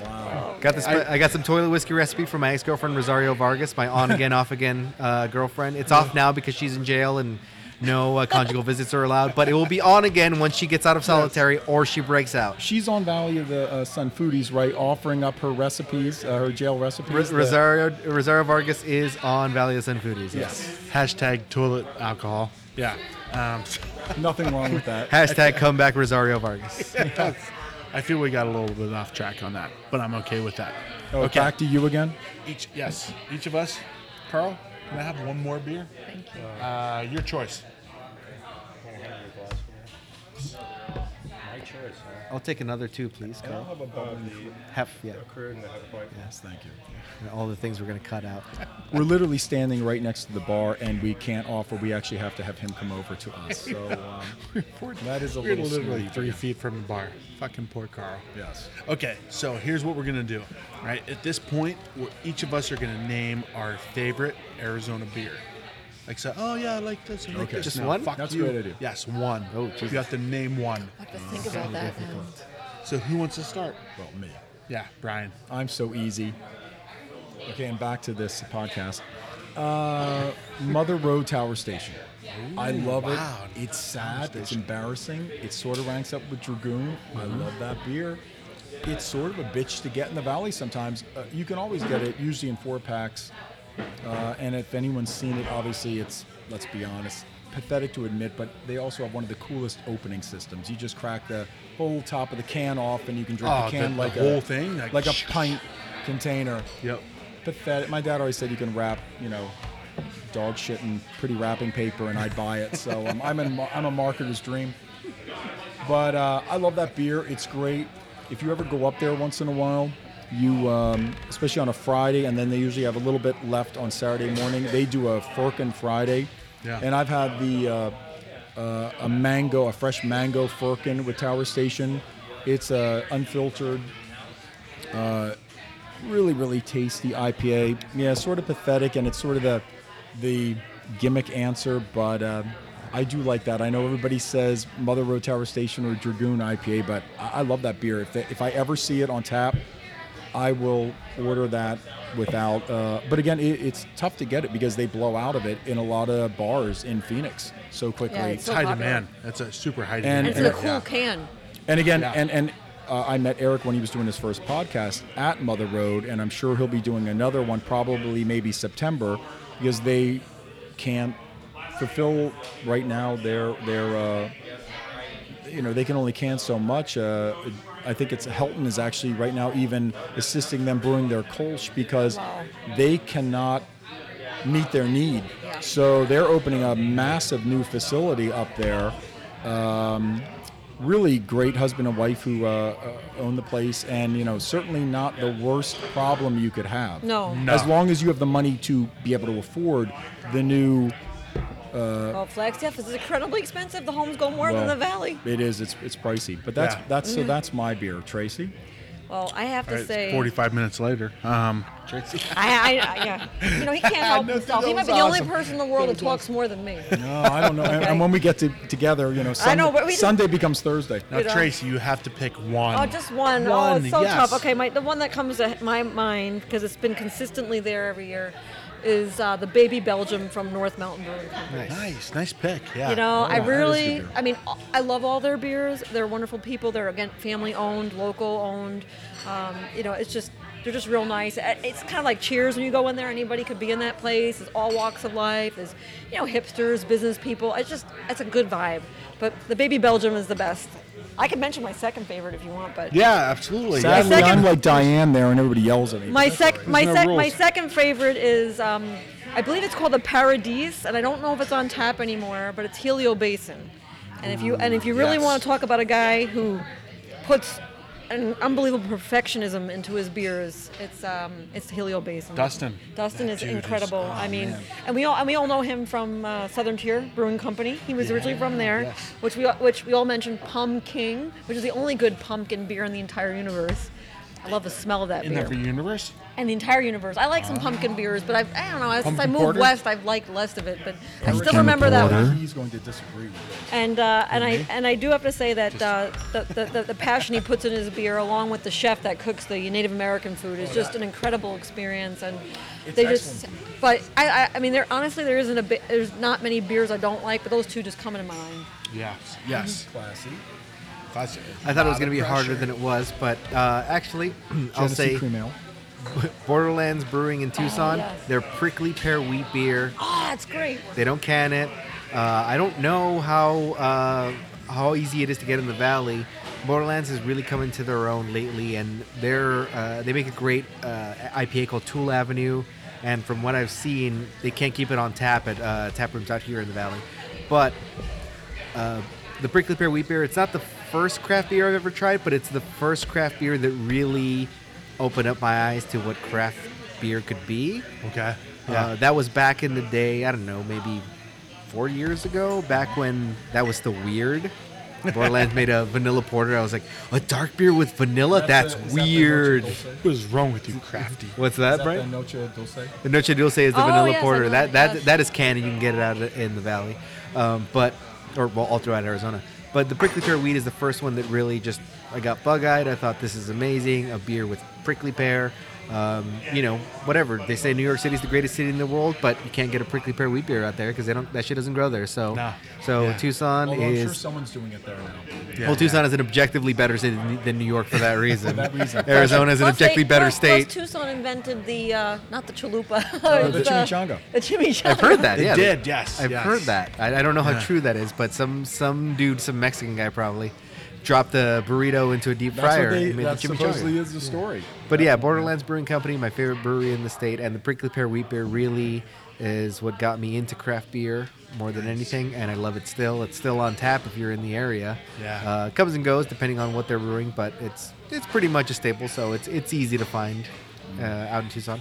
S4: Got this. I, got some toilet whiskey recipe from my ex girlfriend Rosario Vargas, my on again off again uh, girlfriend. It's off now because she's in jail and no uh, conjugal visits are allowed. But it will be on again once she gets out of solitary or she breaks out.
S1: She's on Valley of the uh, Sun Foodies, right? Offering up her recipes, uh, her jail recipes.
S4: Ros-
S1: that-
S4: Rosario Rosario Vargas is on Valley of Sun Foodies. Yes.
S1: Yes,
S2: Hashtag toilet alcohol. Yeah. Um,
S1: nothing wrong with that.
S4: Hashtag come back Rosario Vargas.
S2: I feel we got a little bit off track on that, but I'm okay with that.
S1: Oh, Back to you again.
S2: Each yes, each of us. Carl, can I have one more beer?
S3: Thank you.
S2: Uh, your choice.
S5: cheers. Huh?
S4: I'll take another two, please.
S1: And I'll
S4: Carl.
S1: have a bubble tea.
S4: Hef, yeah.
S5: A curd and a half white.
S1: Yes, thank you.
S4: And all the things we're going to cut out.
S1: We're literally standing right next to the bar, and we can't offer. We actually have to have him come over to us. So um, that is a
S2: We're
S1: little
S2: literally
S1: snooty,
S2: three
S1: yeah.
S2: feet from the bar. Fucking poor Carl.
S1: Yes.
S2: Okay, so here's what we're gonna do. Right at this point, we're, each of us are gonna name our favorite Arizona beer. Like so, oh yeah, I like this. I like
S1: Okay.
S2: this.
S1: Just
S2: Now,
S4: one?
S2: Fuck
S1: That's
S2: you.
S1: a great idea.
S2: Yes, one.
S4: Oh,
S2: you
S4: Jesus.
S2: have to name one.
S3: I have to think about that now.
S2: So who wants to start?
S1: Well, me.
S2: Yeah, Brian.
S1: I'm so easy. Okay, and back to this podcast. Uh, Mother Road Tower Station. I love
S2: wow.
S1: it. It's sad. It's embarrassing. It sort of ranks up with Dragoon. I
S2: Mm-hmm.
S1: love that beer. It's sort of a bitch to get in the valley sometimes. Uh, you can always get it, usually in four packs. Uh, and if anyone's seen it, obviously it's, let's be honest, pathetic to admit, but they also have one of the coolest opening systems. You just crack the whole top of the can off and you can drink
S2: Oh,
S1: the can
S2: the- the
S1: like
S2: whole
S1: a,
S2: thing? Like-
S1: like a pint container.
S2: Yep.
S1: Pathetic. My dad always said you can wrap, you know, dog shit in pretty wrapping paper, and I'd buy it. So um, I'm, in, I'm a marketer's dream. But uh, I love that beer. It's great. If you ever go up there once in a while, you, um, especially on a Friday, and then they usually have a little bit left on Saturday morning. They do a Firkin Friday,
S2: Yeah.
S1: and I've had the uh, uh, a mango, a fresh mango Firkin with Tower Station. It's a unfiltered, uh, really really tasty IPA. Yeah, sort of pathetic, and it's sort of the the gimmick answer, but. Uh, I do like that. I know everybody says Mother Road Tower Station or Dragoon IPA, but I, I love that beer. If, they, if I ever see it on tap, I will order that without. Uh, but again, it, it's tough to get it because they blow out of it in a lot of bars in Phoenix so quickly.
S3: Yeah, it's so
S2: High
S3: popular.
S2: demand. That's a super high
S3: And
S2: demand.
S3: it's
S1: And-
S3: in a cool
S2: yeah.
S3: can.
S1: And again,
S2: Yeah.
S1: and and uh, I met Eric when he was doing his first podcast at Mother Road, and I'm sure he'll be doing another one probably maybe September because they can't fulfill right now their their. Uh, you know they can only can so much. Uh, I think it's Helton is actually right now even assisting them brewing their Kolsch because
S3: Wow.
S1: they cannot meet their need.
S3: Yeah.
S1: So they're opening a massive new facility up there. Um, really great husband and wife who uh, uh, own the place, and you know certainly not the worst problem you could have.
S3: No.
S2: No.
S1: As long as you have the money to be able to afford the new
S3: Well, Flagstaff is incredibly expensive. The homes go more than
S1: well,
S3: the valley. Mm-hmm.
S1: It is. It's it's pricey, but that's
S2: Yeah.
S1: that's so that's my beer, Tracy.
S3: Well, I have to
S2: All right,
S3: say,
S2: it's 45 minutes later. Um,
S3: I, I, I, yeah. You know, he can't help
S2: No,
S3: himself. He
S2: that
S3: might be
S2: was
S3: the only
S2: awesome.
S3: person in the world that talks more than me.
S1: No, I don't know. and, and when we get to, together, you know, Sunday,
S3: know, but we just-
S1: Sunday becomes Thursday.
S2: now,
S3: You know.
S2: Tracy, you have to pick one.
S3: Oh, just one. oh,
S2: One,
S3: it's so
S2: yes.
S3: tough. Okay, my, the one that comes to my mind because it's been consistently there every year is uh, the Baby Belgium from North Mountain Brewing Company.
S2: Nice, nice pick. Yeah.
S3: You know, I
S1: Oh, that is good
S3: really,
S1: beer.
S3: I mean, I love all their beers. They're wonderful people. They're again family owned, local owned. Um, you know, it's just they're just real nice. Uh, It's kind of like Cheers when you go in there. Anybody could be in that place. It's all walks of life. There's you know hipsters, business people. It's just it's a good vibe. But the Baby Belgium is the best. I could mention my second favorite if you want, but
S2: Yeah, absolutely.
S1: Sadly,
S3: My second-
S1: I'm like Diane there, and everybody yells at me.
S3: my sec, my
S1: There's no
S3: sec, my
S1: rules.
S3: second favorite is um, I believe it's called the Paradise, and I don't know if it's on tap anymore, but it's Helio Basin. And if you and if you really
S2: yes.
S3: want to talk about a guy who puts an unbelievable perfectionism into his beers, it's um, it's Helio Basin.
S2: Dustin.
S3: Dustin
S2: That
S3: is
S2: dude is-
S3: incredible.
S2: oh,
S3: I mean,
S2: man.
S3: and we all and we all know him from uh, Southern Tier Brewing Company. He was originally from there,
S2: yes.
S3: which we all- which we all mentioned Pum King, which is the only good pumpkin beer in the entire universe. I love the smell of that
S2: In
S3: beer
S2: every universe.
S3: and the entire universe. I like some pumpkin beers, but I've, I don't know. Since I
S2: Pumpkin
S3: moved
S2: porter?
S3: west, I've liked less of it, but I still
S2: Pumpkin
S3: remember that
S2: porter.
S3: one.
S1: He's going to disagree with this.
S3: And uh, and I and I do have to say that uh, the, the, the the passion he puts in his beer, along with the chef that cooks the Native American food, is just an incredible experience. And they just, but I, I I mean, there honestly there isn't a bi- there's not many beers I don't like, but those two just come into mind.
S2: Yes. Yes.
S1: Classy.
S2: Classic.
S4: I thought it was
S2: Lot of
S4: going to be harder
S2: pressure.
S4: than it was, but uh, actually, I'll
S1: Genesee
S4: say
S1: cream ale.
S4: Borderlands Brewing in Tucson.
S3: yes.
S4: Their prickly pear wheat beer.
S3: Oh, it's great.
S4: They don't can it. Uh, I don't know how uh, how easy it is to get in the valley. Borderlands is really coming to their own lately, and they're uh, they make a great uh, IPA called Tool Avenue. And from what I've seen, they can't keep it on tap at uh, tap rooms out here in the valley. But the prickly pear wheat beer. It's not the first craft beer I've ever tried, but it's the first craft beer that really opened up my eyes to what craft beer could be.
S2: Okay.
S4: Uh, that was back in the day. I don't know, maybe four years ago. Back when that was still weird. Borland made a vanilla porter. I was like, a dark beer with vanilla?
S1: That's
S4: That's,
S1: the- is that the Dolce
S4: weird.
S1: Dolce?
S2: what is wrong with you, crafty?
S4: What's that,
S1: that
S4: Brian?
S1: the Noche Dulce?
S4: The Noche Dulce is the
S3: Oh,
S4: vanilla
S3: yes, I
S4: porter.
S3: know
S4: That
S3: it,
S4: that
S3: yes.
S4: that is canon. You can get it out in the valley, um, but or well, all throughout Arizona. But the prickly pear weed is the first one that really just I got bug eyed. I thought this is amazing. A beer with prickly pear. Um, you know, whatever they say, New York City's the greatest city in the world, but you can't get a prickly pear wheat beer out there because they don't. That shit doesn't grow there. So,
S2: Nah.
S4: so
S2: Yeah.
S4: Tucson
S1: Although I'm
S4: is.
S1: sure someone's doing it there now.
S4: well, Tucson is an objectively better city than- than New York for that reason.
S1: that reason.
S4: Arizona is an
S3: Plus they-
S4: objectively better
S3: plus-
S4: state.
S3: Plus Tucson invented the uh, not the chalupa,
S1: the
S3: it's, uh,
S1: chimichanga.
S3: The chimichanga.
S4: I've heard that.
S2: They
S4: yeah,
S2: did, yes,
S4: I've
S2: yes.
S4: heard that. I, I don't know how true that is, but some some dude, some Mexican guy probably, dropped the burrito into a deep
S1: That's
S4: fryer
S1: what they,
S4: and made
S1: that
S4: the chimichanga.
S1: supposedly is the story.
S4: But yeah, Borderlands Brewing Company, my favorite brewery in the state, and the prickly pear wheat beer really is what got me into craft beer more than anything, and I love it still. It's still on tap if you're in the area.
S2: Yeah.
S4: uh, it comes and goes depending on what they're brewing, but it's it's pretty much a staple, so it's it's easy to find
S2: Mm.
S4: uh, out in Tucson.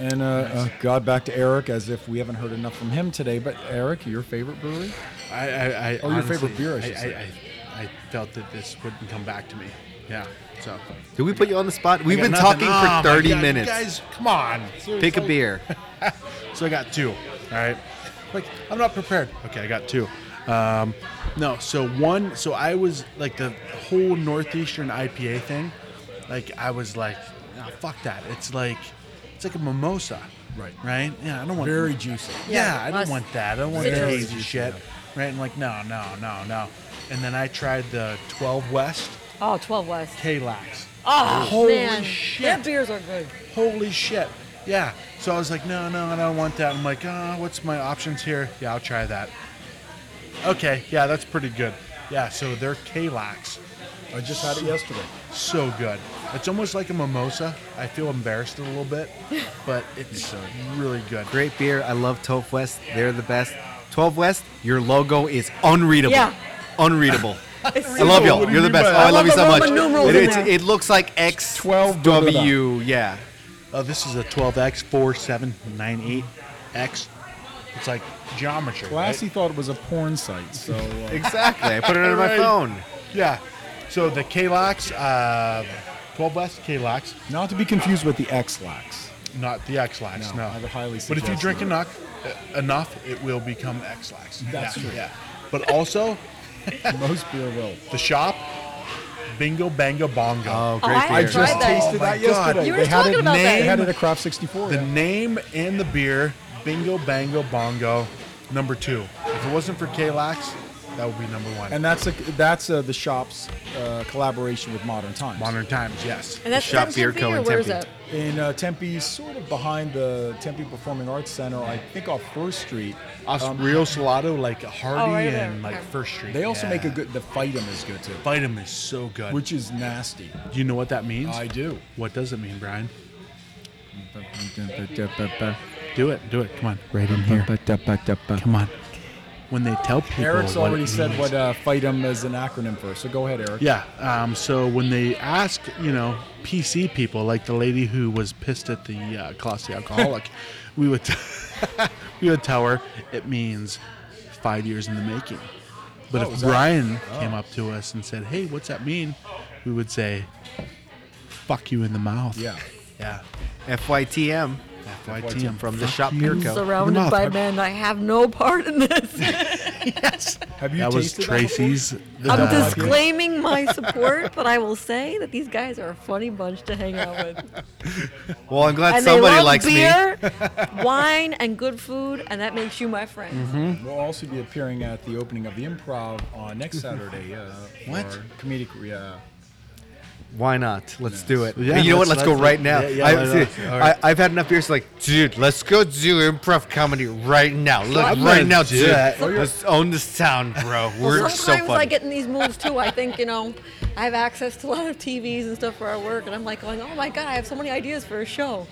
S1: And uh, uh, God, back to Eric, as if we haven't heard enough from him today. But Eric, your favorite brewery?
S2: I, I, I
S1: Or your favorite beer, I should
S2: I,
S1: say.
S2: I, I felt that this wouldn't come back to me. Yeah. So
S4: Did we put you on the spot? We've
S2: I got
S4: been
S2: nothing.
S4: talking
S2: Oh, my
S4: for 30
S2: God, you
S4: minutes.
S2: guys, come on.
S4: Pick a beer.
S2: So I got two. All right. Like I'm not prepared. Okay, I got two. Um, no, so one. So I was like the whole northeastern IPA thing. Like I was like, nah, fuck that. It's like it's like a mimosa.
S1: Right.
S2: Right. Yeah. I don't want
S1: Very juicy.
S2: Yeah,
S3: Yeah,
S2: I don't
S3: us-
S2: want that. I don't want
S3: citrus.
S2: hazy shit. Right. And like no, no, no, no. And then I tried the 12 West
S3: Oh, 12 West.
S2: K-Lax.
S3: Oh,
S2: Holy
S3: man.
S2: shit.
S3: Their beers are good.
S2: holy shit. Yeah. So I was like, no, no, I don't want that. I'm like, ah, what's my options here? Yeah, I'll try that. Okay, yeah, that's pretty good. Yeah, so they're Kalax.
S1: I just had it yesterday.
S2: So good. It's almost like a mimosa. I feel embarrassed a little bit, but it's really good.
S4: Great beer. I love 12 West. They're the best. 12 West, your logo is unreadable.
S3: Yeah.
S4: Unreadable. I
S3: It's-
S4: love
S2: What
S4: y'all.
S2: do you
S4: You're the
S2: mean
S4: best. Oh,
S2: by that?
S4: I love you so
S3: Roman
S4: much.
S3: numerals
S4: It,
S3: in
S4: it's-
S3: there.
S4: it looks like X
S1: 12
S4: W. Yeah.
S2: Oh, this is a 12X4798X. It's like geometry. right?
S1: Glassy thought it was a porn site, so uh,
S4: Exactly. I put it on my
S2: Right.
S4: phone.
S2: Yeah. So the Kalax, uh, 12 West Kalax.
S1: not to be confused with the X-Lax.
S2: Not the X lax, no.
S1: No, I would highly
S2: But if you
S1: suggest
S2: drink
S1: not.
S2: enough, uh, enough, it will become X lax.
S1: That's
S2: yeah,
S1: true.
S2: Yeah. But also
S1: Most beer will.
S2: the shop, bingo bango bongo.
S4: Oh,
S3: Oh,
S4: great
S3: I
S4: beer.
S1: I
S3: haven't
S1: just
S3: tried that.
S1: tasted
S2: Oh my
S1: that yesterday.
S2: God.
S3: You were
S1: they had
S3: talking
S1: it
S3: about that.
S1: They had it at Craft 64.
S2: the
S1: yeah.
S2: name and the beer, bingo bango bongo, number two. If it wasn't for K lax, that would be number one.
S1: and that's a, that's uh the shop's uh, collaboration with Modern Times.
S2: Modern times, yes.
S3: And that's
S4: Shop
S3: Shop
S4: Beer
S3: Beer
S4: Co. in
S3: Where is
S4: Tempe.
S3: it?
S1: in uh, Tempe, sort of behind the Tempe Performing Arts Center, I think off First Street. Uh,
S2: Us Real Salado, like Hardy
S3: Oh, right there.
S2: and like
S3: Okay.
S2: First Street.
S1: Um, They also
S2: Yeah.
S1: make a good. The Fightem is good too,
S2: Vitam is so good.
S1: which is nasty.
S2: do you know what that means?
S1: I do.
S2: What does it mean, Brian? Do it, do it. Come on, right in here. Come on. When they tell people,
S1: Eric's
S2: what it
S1: already said
S2: means-
S1: what uh, Fightem is an acronym for, so go ahead, Eric.
S2: Yeah. Um, so when they ask, you know, PC people, like the lady who was pissed at the uh, classy alcoholic, we would t- we would tell her it means five years in the making. But
S1: Oh,
S2: if
S1: is that-
S2: Brian came up to us and said, "Hey, what's that mean?" we would say, "Fuck you in the mouth."
S1: Yeah.
S2: Yeah.
S4: FYTM.
S2: FYTM
S4: From the
S2: Fuck
S4: shop
S2: you.
S4: Beer Co.
S3: Surrounded
S2: Mouth.
S3: by men. I have no part in this.
S1: Have you
S2: That was
S1: tasted that before?
S2: Tracy's.
S3: I'm
S2: uh,
S3: disclaiming my support, but I will say that these guys are a funny bunch to hang out with.
S4: Well, I'm glad
S3: And they
S4: somebody
S3: love
S4: likes me.
S3: beer, wine, and good food, and that makes you my friend.
S1: We'll also be appearing at the opening of the Improv on next Saturday. Uh, for
S2: What?
S1: comedic? Yeah.
S4: Why not? Let's do it.
S2: Yeah,
S4: you know what?
S2: let's-
S4: Let's go
S2: let's-
S4: right now.
S2: yeah, yeah,
S4: I,
S2: why not?
S4: see,
S2: All right.
S4: I, have had enough beers. Like, dude, let's go do improv comedy right now. Look,
S2: I'm
S4: right
S2: gonna
S4: now,
S2: do
S4: dude.
S2: that.
S4: Let's own this town, bro. We're
S3: Well,
S4: so
S3: sometimes
S4: funny.
S3: I get in these moods too. I think you know, I have access to a lot of TVs and stuff for our work, and I'm like going, "Oh my god, I have so many ideas for a show,"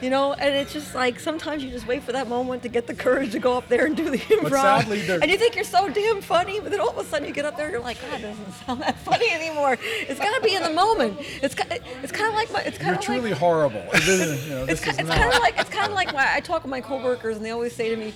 S3: You know, and it's just like sometimes you just wait for that moment to get the courage to go up there and do the improv.
S1: sadly, there-
S3: and you think you're so damn funny, but then all of a sudden you get up there and you're like, God, it doesn't sound that funny anymore. It's got to be in the moment. It's ki- it's kind of like my. It's kind
S1: You're
S3: of
S1: truly
S3: like,
S1: horrible. It isn't- you know,
S3: it's,
S1: this
S3: ki-
S1: is
S3: it's
S1: not-
S3: kind of like it's kind of like why I talk with my coworkers and they always say to me,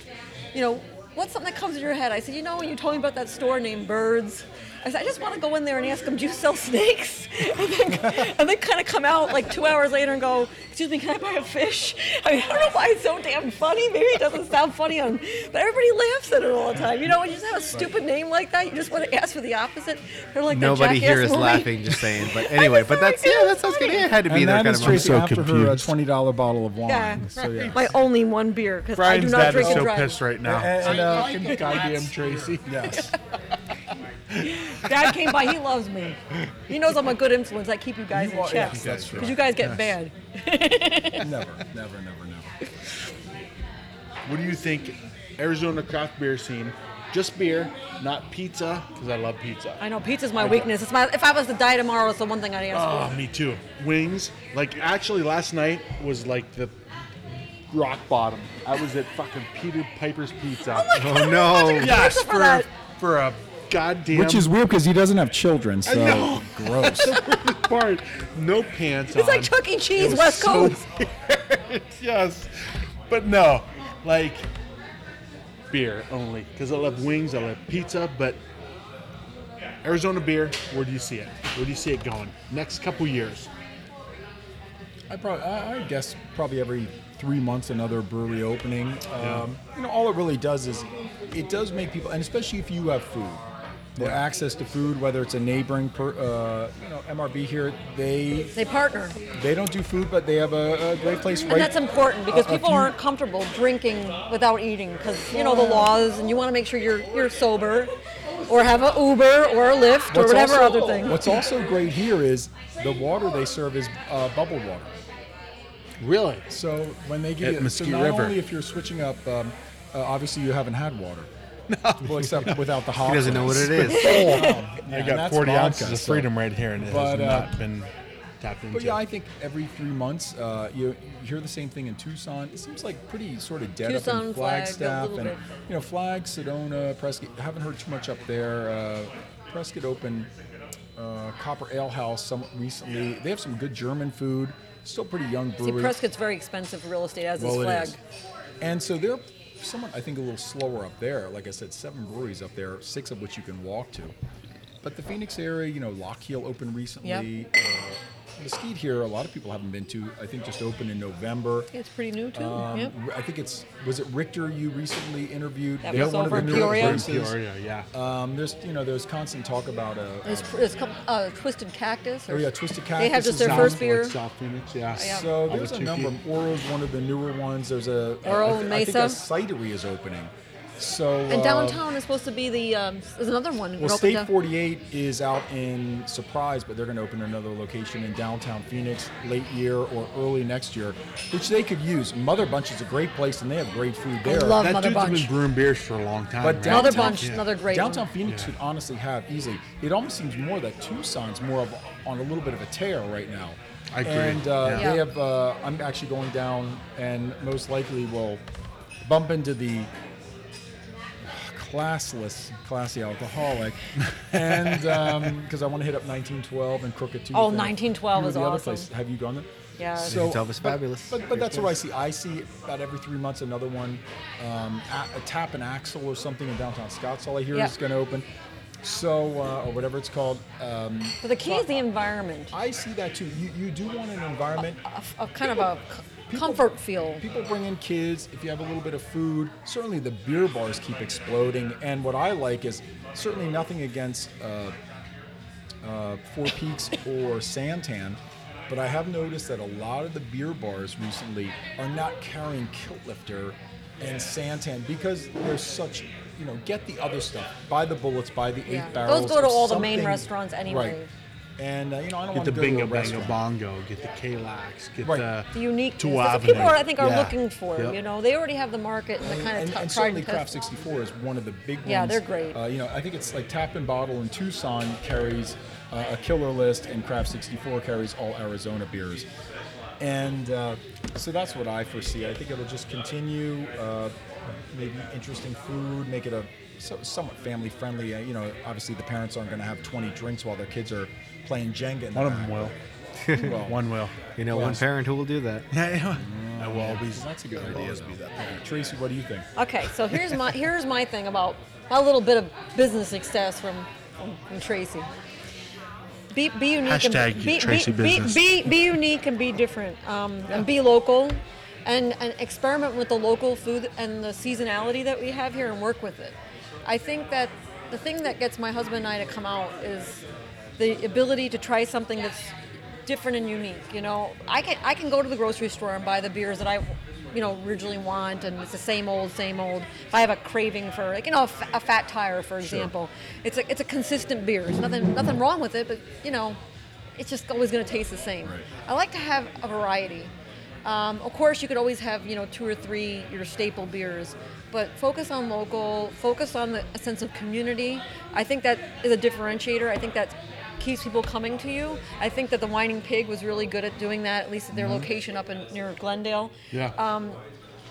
S3: you know, what's something that comes in your head? I said, you know, when you told me about that store named Birds, I said, I just want to go in there and ask them, do you sell snakes? And then, and then kind of come out like two hours later and go, excuse me, can I buy a fish? I mean, I don't know why it's so damn funny. Maybe it doesn't sound funny on, but everybody laughs at it all the time. You know, when you just have a stupid name like that, you just want to ask for the opposite. They're like that
S4: Nobody here
S3: Jackass
S4: is
S3: movie.
S4: laughing, just saying. But anyway, but that's yeah, that sounds good. Yeah, it had to be
S1: And
S4: there
S1: that
S4: kind
S1: is
S4: of moment.
S1: Tracy
S2: so
S1: after her uh,
S2: confused.
S1: twenty dollar bottle of wine.
S3: Yeah.
S1: So yeah.
S3: My only one beer because I do
S2: Brian's
S3: not
S2: dad is
S3: drink and
S2: so
S3: drive.
S2: pissed right now.
S1: And,
S5: I
S1: uh,
S5: like it.
S1: goddamn
S5: That's-
S1: Tracy. Yes.
S3: Dad came by. He loves me. He knows I'm a good influence. I keep you guys
S1: are-
S3: in check.
S1: yes, that's
S3: Because you guys get bad.
S1: never, never, never, never.
S2: What do you think Arizona craft beer scene? Just beer, not pizza, because I love pizza.
S3: I know pizza's my weakness. It's my. If I was to die tomorrow, it's the one thing I'd ask.
S2: Oh, me too. Wings, like actually last night was like the rock bottom. I was at fucking Peter Piper's Pizza.
S4: Oh no!
S2: yes,
S3: for that.
S2: for for a goddamn
S1: Which is weird because he doesn't have children, so
S2: know.
S1: gross.
S2: part. No pants
S1: Oh,
S3: It's
S2: on.
S3: like Chuck E. Cheese,
S2: was
S3: West
S2: so
S3: Coast.
S2: weird. yes, but no, like beer only because I love wings, I love pizza, but Arizona beer. Where do you see it? Where do you see it going next couple years?
S1: I probably, I, I guess, probably every three months another brewery opening. Um, You know, all it really does is it does make people, and especially if you have food or access to food, whether it's a neighboring, per, uh, you know, MRB here, they
S3: They partner,
S1: they don't do food, but they have a, a great place right.
S3: and that's important because
S1: a- a
S3: people
S1: few-
S3: aren't comfortable drinking without eating because you know the laws, and you want to make sure you're you're sober, or have a Uber or a Lyft or whatever
S1: also,
S3: other thing.
S1: What's also great here is the water they serve is uh, bubbled water.
S2: Really?
S1: So when they
S2: At
S1: give you, so
S2: Mesquite
S1: not
S2: River.
S1: only if you're switching up, um, uh, obviously you haven't had water. Well, except without the hops.
S4: He doesn't know what it is.
S1: Yeah,
S2: I
S1: um, and
S2: got
S1: that's
S2: 40
S1: vodka,
S2: ounces of
S1: so-
S2: freedom right here, and it
S1: But,
S2: has
S1: uh,
S2: not been tapped into.
S1: But yeah, I think every three months, uh, you, you hear the same thing in Tucson. It seems like pretty sort of dead up
S3: Tucson,
S1: in
S3: Flag, a
S1: Flagstaff,
S3: little
S1: and
S3: bit.
S1: you know, Flag, Sedona, Prescott. Haven't heard too much up there. Uh, Prescott opened uh, Copper Ale House some recently. They have some good German food. Still pretty young
S3: See,
S1: brewery.
S3: Prescott's very expensive for real estate, as
S1: Well,
S3: is
S1: it
S3: Flag.
S1: is. And so they're somewhat, I think, a little slower up there. Like I said, seven breweries up there, six of which you can walk to. But the Phoenix area, you know, Lock Hill opened recently.
S3: Yep.
S1: Uh, Mesquite here, a lot of people haven't been to. I think just opened in November.
S3: It's pretty new too.
S1: Um,
S3: yep.
S1: I think it's was it Richter you recently interviewed.
S3: That
S1: They're
S3: was
S1: one of
S3: over
S1: the
S3: in
S1: newer
S3: Peoria.
S1: places.
S2: Peoria, yeah.
S1: Um, there's you know there's constant talk about uh, a,
S3: There's, there's a couple- uh, Twisted Cactus. Or,
S1: Oh, yeah, Twisted
S3: They have
S1: Cactus
S3: just
S1: is
S3: their
S1: out.
S3: first
S2: Like
S3: beer.
S2: South Phoenix, yeah.
S3: Yeah.
S1: So there's a
S2: Ahwatukee.
S1: number. Oro's one of the newer ones. There's a I-
S3: Oro
S1: I thi-
S3: Mesa?
S1: I think a cidery is opening. So
S3: And
S1: uh,
S3: downtown is supposed to be the, um, there's another one.
S1: Well,
S3: open
S1: State
S3: down-
S1: 48 is out in Surprise, but they're going to open another location in downtown Phoenix late year or early next year, which they could use. Mother Bunch is a great place, and they have great food there.
S3: love
S2: That
S3: Mother
S2: dude's
S3: Bunch.
S2: been brewing beers for a long time.
S1: But
S2: right?
S1: down-
S3: Another
S1: downtown,
S3: bunch,
S2: yeah.
S3: another great
S1: Downtown
S3: one.
S1: Phoenix
S2: Yeah.
S1: could honestly have easily. It almost seems more that Tucson's more of on a little bit of a tear right now.
S2: I agree.
S1: And uh,
S2: Yeah.
S1: they
S3: Yeah.
S1: have. Uh, I'm actually going down, and most likely will bump into the classless, classy alcoholic, and because I want to hit up 1912 and Crooked Tooth.
S3: Oh,
S1: and a
S3: 1912
S1: few of
S3: is
S1: the other
S3: awesome.
S1: places. Have you gone there?
S3: Yeah.
S4: 1912 is
S1: but-
S4: fabulous.
S1: But, but that's what I see. I see about every three months another one, um, a, a tap and axle or something in downtown Scottsdale. I hear
S3: Yep.
S1: is going to open. So uh, or whatever it's called. Um,
S3: So the key is the environment,
S1: I see that too. You, you do want an environment.
S3: a, a kind of a c-
S1: people-
S3: comfort feel.
S1: People bring in kids. If you have a little bit of food, certainly the beer bars keep exploding. And what I like is certainly nothing against uh, uh, Four Peaks or Santan, but I have noticed that a lot of the beer bars recently are not carrying Kilt Lifter and Santan because there's such. You know, get the other stuff. Buy the bullets. Buy the eight
S3: Yeah. Those
S1: barrels.
S3: go to
S1: or
S3: all the main
S1: something.
S3: restaurants anyway.
S1: Right. And uh, you know, I don't
S2: Get
S1: want to
S2: the
S1: go to
S2: bingo
S1: a
S2: bango
S1: restaurant.
S2: bongo. Get the K-Lax. Get
S1: Right.
S2: the
S3: The uniqueness.
S2: Two
S3: That's what people,
S2: Avenue.
S3: are, I think, are
S2: Yeah.
S3: looking for.
S2: Yep.
S3: You know, they already have the market and the kind of
S1: and,
S3: t-
S1: and
S3: tried
S1: certainly
S3: and
S1: Craft
S3: tested.
S1: 64 is one of the big ones.
S3: Yeah, they're great.
S1: Uh, you know, I think it's like Tap and Bottle in Tucson carries uh, a killer list, and Craft 64 carries all Arizona beers. And uh, so that's what I foresee. I think it'll just continue, uh, maybe interesting food, make it a so, somewhat family friendly. Uh, you know, obviously the parents aren't going to have 20 drinks while their kids are playing Jenga. In the
S2: One of
S1: back.
S2: them will.
S1: Well,
S2: One will.
S4: You know, one
S1: Yes.
S4: parent who will do that.
S3: Mm.
S2: I will always.
S1: That's a good
S2: I'll
S1: idea.
S2: always be that.
S1: Tracy, what do you think?
S3: Okay, so here's my here's my thing about a little bit of business success from from, from Tracy. Be, be unique
S2: Hashtag
S3: and be,
S2: Tracy
S3: be,
S2: business.
S3: Be, be, be unique and be different, um, and be local, and, and experiment with the local food and the seasonality that we have here, and work with it. I think that the thing that gets my husband and I to come out is the ability to try something that's different and unique. You know, I can I can go to the grocery store and buy the beers that I, you know, originally want, and it's the same old, same old. If I have a craving for, like, you know, a, fa- a fat tire, for example, it's a it's a consistent beer. There's nothing nothing wrong with it, but you know, it's just always going to taste the same. I like to have a variety. Um, of course, you could always have you know two or three your staple beers, but focus on local. Focus on the, a sense of community. I think that is a differentiator. I think that keeps people coming to you. I think that the Whining Pig was really good at doing that, at least at their location up in near Glendale.
S2: Yeah.
S3: Um,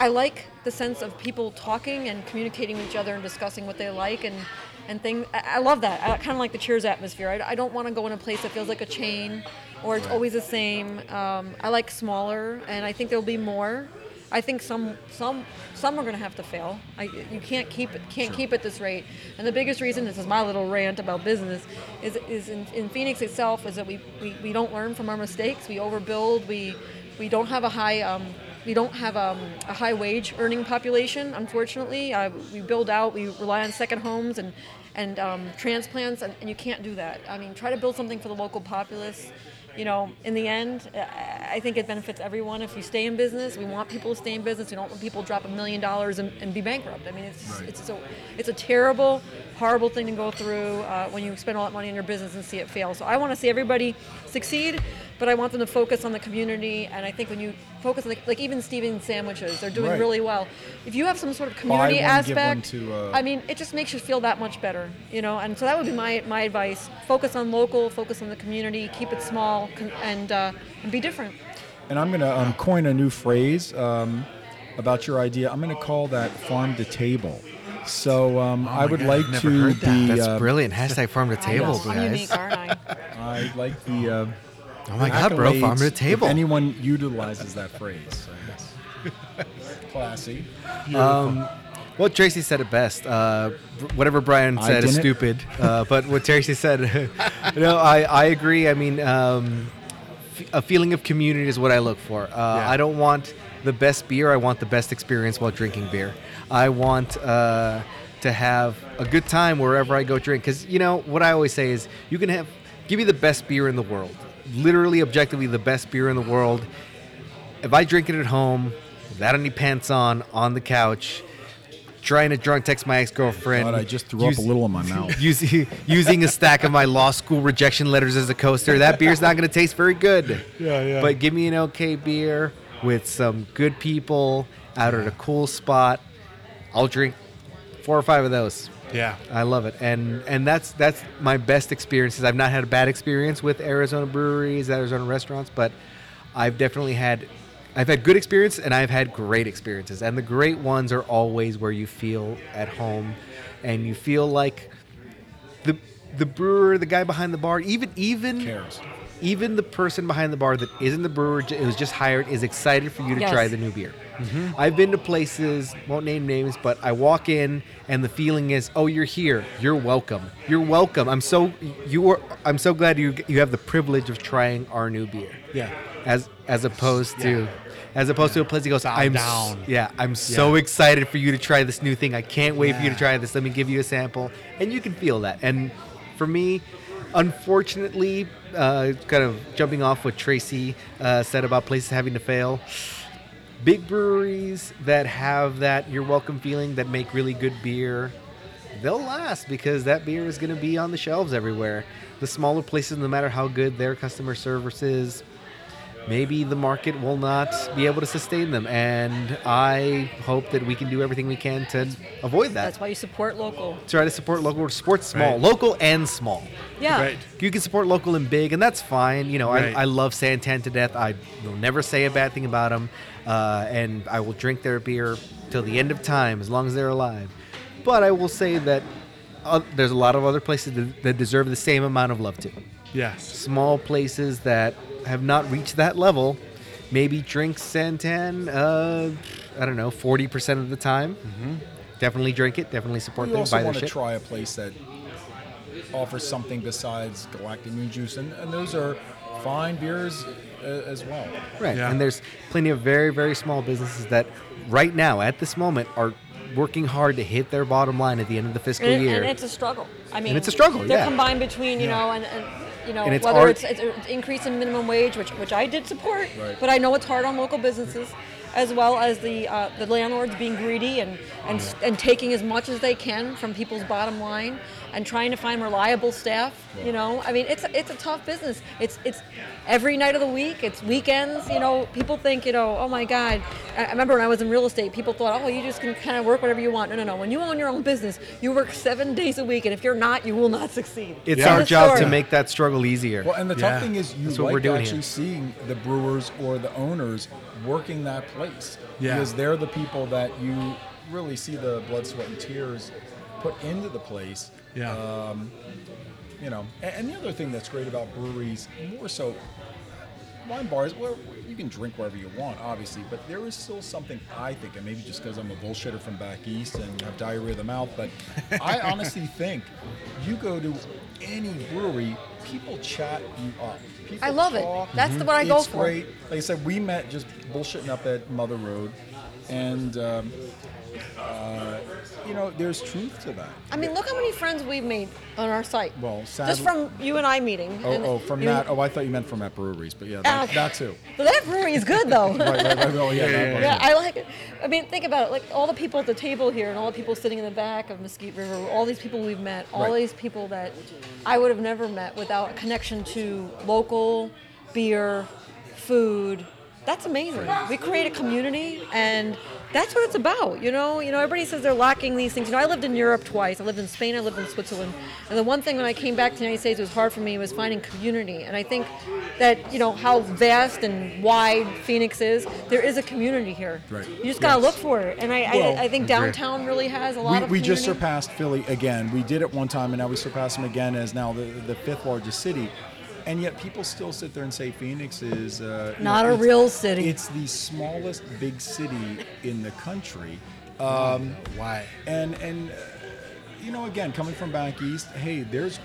S3: I like the sense of people talking and communicating with each other and discussing what they like and and thing. I, I love that. I kind of like the Cheers atmosphere. I, I don't want to go in a place that feels like a chain or it's always the same. Um, I like smaller, and I think there'll be more. I think some some some are going to have to fail. I, you can't keep it can't keep at this rate. And the biggest reason this is my little rant about business is is in, in Phoenix itself is that we, we, we don't learn from our mistakes. We overbuild. We we don't have a high um, we don't have um, a high wage earning population, unfortunately. Uh, we build out, we rely on second homes and, and um, transplants, and, and you can't do that. I mean, try to build something for the local populace. You know, in the end, I I think it benefits everyone if you stay in business. We want people to stay in business. We don't want people to drop a million dollars and and be bankrupt. I mean, it's just, it's so it's a terrible, horrible thing to go through uh, when you spend all that money on your business and see it fail. So I want to see everybody succeed, but I want them to focus on the community. And I think when you focus on the, like even Steven sandwiches, they're doing
S1: Right.
S3: really well. If you have some sort of community
S1: one, give one
S3: aspect,
S1: to, uh,
S3: I mean, it just makes you feel that much better, you know. And so that would be my my advice: focus on local, focus on the community, keep it small, con- and uh, and be different.
S1: And I'm going to um, coin a new phrase um, about your idea. I'm going to call that farm to table. So
S4: Oh
S1: um, I would
S2: God, I've
S1: like
S2: never
S1: to
S2: heard that.
S1: be.
S4: That's
S1: uh,
S4: brilliant. Hashtag farm to
S3: I
S4: table,
S3: know, I'm
S4: guys.
S3: unique, aren't I?
S1: I like the. Uh,
S4: Oh my god, bro,
S1: accolades
S4: farm to
S1: if
S4: table.
S1: anyone utilizes that phrase. So yes. Classy.
S4: Um, well, Tracy said it best. Uh, br- whatever Brian
S1: I
S4: said is
S1: didn't.
S4: stupid, uh, but what Tracy said, no, I, I agree. I mean, um, f- a feeling of community is what I look for. Uh, I don't want the best beer. I want the best experience while drinking beer. I want uh, to have a good time wherever I go drink. Because you know what I always say is, you can have give me the best beer in the world. Literally, objectively, the best beer in the world if I drink it at home, without any pants on, on the couch, trying to drunk text my ex girlfriend.
S1: God, I just threw up a little in my mouth.
S4: Using, using a stack of my law school rejection letters as a coaster, that beer's not going to taste very good.
S2: Yeah, yeah.
S4: But give me an okay beer with some good people out at a cool spot. I'll drink four or five of those.
S2: Yeah.
S4: I love it, and and that's that's my best experiences. I've not had a bad experience with Arizona breweries, Arizona restaurants, but I've definitely had, I've had good experience and I've had great experiences, and the great ones are always where you feel at home, and you feel like the the brewer, the guy behind the bar, even even
S1: Cares.
S4: even the person behind the bar that isn't the brewer, j- who's just hired, is excited for you to
S3: Yes.
S4: try the new beer. I've been to places, won't name names, but I walk in and the feeling is, oh, you're here, you're welcome, you're welcome. I'm so you are. I'm so glad you you have the privilege of trying our new beer.
S2: Yeah.
S4: As as opposed to. As opposed to a place that goes, I'm s-
S2: down.
S4: yeah, I'm so
S2: Yeah.
S4: excited for you to try this new thing. I can't wait for you to
S2: Yeah.
S4: try this. Let me give you a sample, and you can feel that. And for me, unfortunately, uh, kind of jumping off what Tracy uh, said about places having to fail. Big breweries that have that you're welcome feeling that make really good beer, they'll last because that beer is going to be on the shelves everywhere. The smaller places, no matter how good their customer service is, maybe the market will not be able to sustain them. And I hope that we can do everything we can to avoid
S3: That's
S4: that.
S3: why you support local.
S4: Try to support local, support small,
S2: Right.
S4: local and small.
S3: Yeah.
S2: Right.
S4: You can support local and big, and that's fine. You know,
S2: Right.
S4: I, I love Santan to death. I will never say a bad thing about them, uh, and I will drink their beer till the end of time, as long as they're alive. But I will say that uh, there's a lot of other places that, that deserve the same amount of love too.
S2: Yes.
S4: Small places that have not reached that level, maybe drink Santan. Uh, I don't know, forty percent of the time. Definitely drink it. Definitely support
S1: We
S4: them.
S1: also
S4: buy their
S1: want to
S4: shit.
S1: try a place that offers something besides Galactic Moon Juice, and, and those are fine beers uh, as well.
S4: Right.
S2: Yeah.
S4: And there's plenty of very, very small businesses that right now, at this moment, are working hard to hit their bottom line at the end of the fiscal
S3: and, it-
S4: year.
S3: and it's a struggle. I mean,
S4: it's a struggle,
S3: They're
S4: yeah.
S3: combined between you
S2: Yeah.
S3: know and, and you know
S4: And it's
S3: whether
S4: art-
S3: it's, it's an increase in minimum wage, which which I did support,
S1: Right.
S3: but I know it's hard on local businesses, as well as the uh, the landlords being greedy and and s and taking as much as they can from people's bottom line and trying to find reliable staff. You know, I mean, it's a- it's a tough business. It's it's every night of the week. It's weekends. You know, people think you know, oh my God. I I remember when I was in real estate, people thought, oh, you just can kind of work whatever you want. No, no, no. When you own your own business, you work seven days a week, and if you're not, you will not succeed.
S4: It's
S2: Yeah.
S4: our
S3: End of
S4: job to
S3: story.
S4: make that struggle easier.
S1: Well, and the
S2: Yeah.
S1: tough thing is you
S4: That's what
S1: like
S4: we're doing
S1: actually
S4: here.
S1: seeing the brewers or the owners working that place
S2: Yeah.
S1: because they're the people that you really see the blood, sweat, and tears put into the place.
S2: Yeah.
S3: Uh,
S1: You know, and, and the other thing that's great about breweries, more so wine bars, well, you can drink wherever you want, obviously, but there is still something I think, and maybe just because I'm a bullshitter from back east and have diarrhea of the mouth, but I honestly think you go to any brewery, people chat you up. People
S3: I love it.
S1: talk. Mm-hmm.
S3: That's the- what I go
S1: It's
S3: for.
S1: Great. Like I said, we met just bullshitting up at Mother Road, and um, uh, you know, there's truth to that.
S3: I mean, look how many friends we've made on our site.
S1: Well,
S3: just
S1: sadly-
S3: from you and I meeting.
S1: Oh,
S3: and
S1: oh, from
S3: you-
S1: that. Oh, I thought you meant from at breweries, but yeah,
S3: Ah,
S1: that, that too.
S3: But that brewery is good though.
S1: Right, right, right. Oh, yeah, that
S2: yeah,
S1: was
S3: Yeah,
S1: it.
S3: I like it. I mean, think about it. Like all the people at the table here, and all the people sitting in the back of Mesquite River. All these people we've met. all
S1: Right.
S3: these people that I would have never met without a connection to local beer, food. That's amazing. We create a community, and that's what it's about. You know, you know. Everybody says they're lacking these things. You know, I lived in Europe twice. I lived in Spain. I lived in Switzerland. And the one thing when I came back to the United States was hard for me was finding community. And I think that you know how vast and wide Phoenix is. There is a community here.
S1: Right.
S3: You just gotta look for it. And I,
S1: Well,
S3: I, I think downtown really has a
S1: we,
S3: lot of.
S1: we just
S3: community.
S1: surpassed Philly again. We did it one time, and now we surpass them again as now the, the fifth largest city. And yet, people still sit there and say Phoenix is uh, you
S3: Not a
S1: it's-
S3: real city.
S1: It's the smallest big city in the country.
S2: Why?
S1: And and uh, you know, again, coming from back east, hey, there's.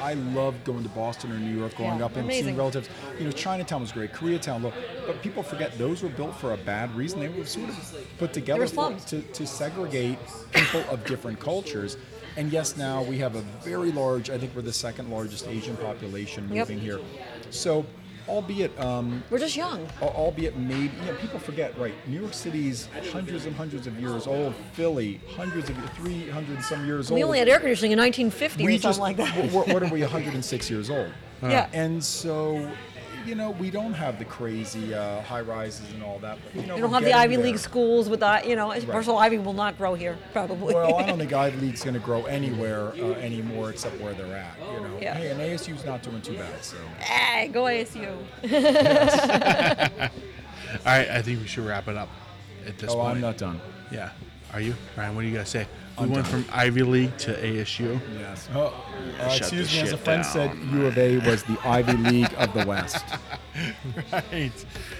S1: I love going to Boston or New York, growing
S3: Yeah,
S1: up and
S3: amazing.
S1: seeing relatives. You know, Chinatown was great, Koreatown, look, but people forget those were built for a bad reason. They were sort of put together
S3: were
S1: for,
S3: slums.
S1: to, to segregate people of different cultures. And yes, now we have a very large. I think we're the second largest Asian population
S3: Yep.
S1: moving here. So, albeit um,
S3: We're just young.
S1: Al- albeit maybe you know, people forget right new york city's hundreds and hundreds of years old philly hundreds of 300 and some years
S3: We
S1: old
S3: only had air conditioning in 1950 or
S1: we
S3: something
S1: just
S3: like that.
S1: wh- wh- what, are we 106 years old
S3: yeah.
S1: and so you know we don't have the crazy uh, high rises and all that but, you know
S3: you
S1: we're
S3: don't have the
S1: getting
S3: Ivy
S1: there.
S3: League schools with that. You know, Marshall Ivy will not grow here probably.
S1: well, I don't think Ivy League's going to grow anywhere uh, anymore except where they're at. You know,
S3: Yeah.
S1: hey, and ASU's not doing too bad. So
S3: Ah, go ASU.
S2: All right. I think we should wrap it up at this
S1: oh,
S2: point.
S1: I'm not done.
S2: Yeah. Are you? Ryan, what do you got to say? We
S1: I'm
S2: went
S1: done.
S2: from Ivy League to ASU.
S1: Yes. Oh, uh,
S2: Shut
S1: excuse
S2: the
S1: me. As a
S2: shit
S1: friend said, U of A was the Ivy League of the West.
S2: Right.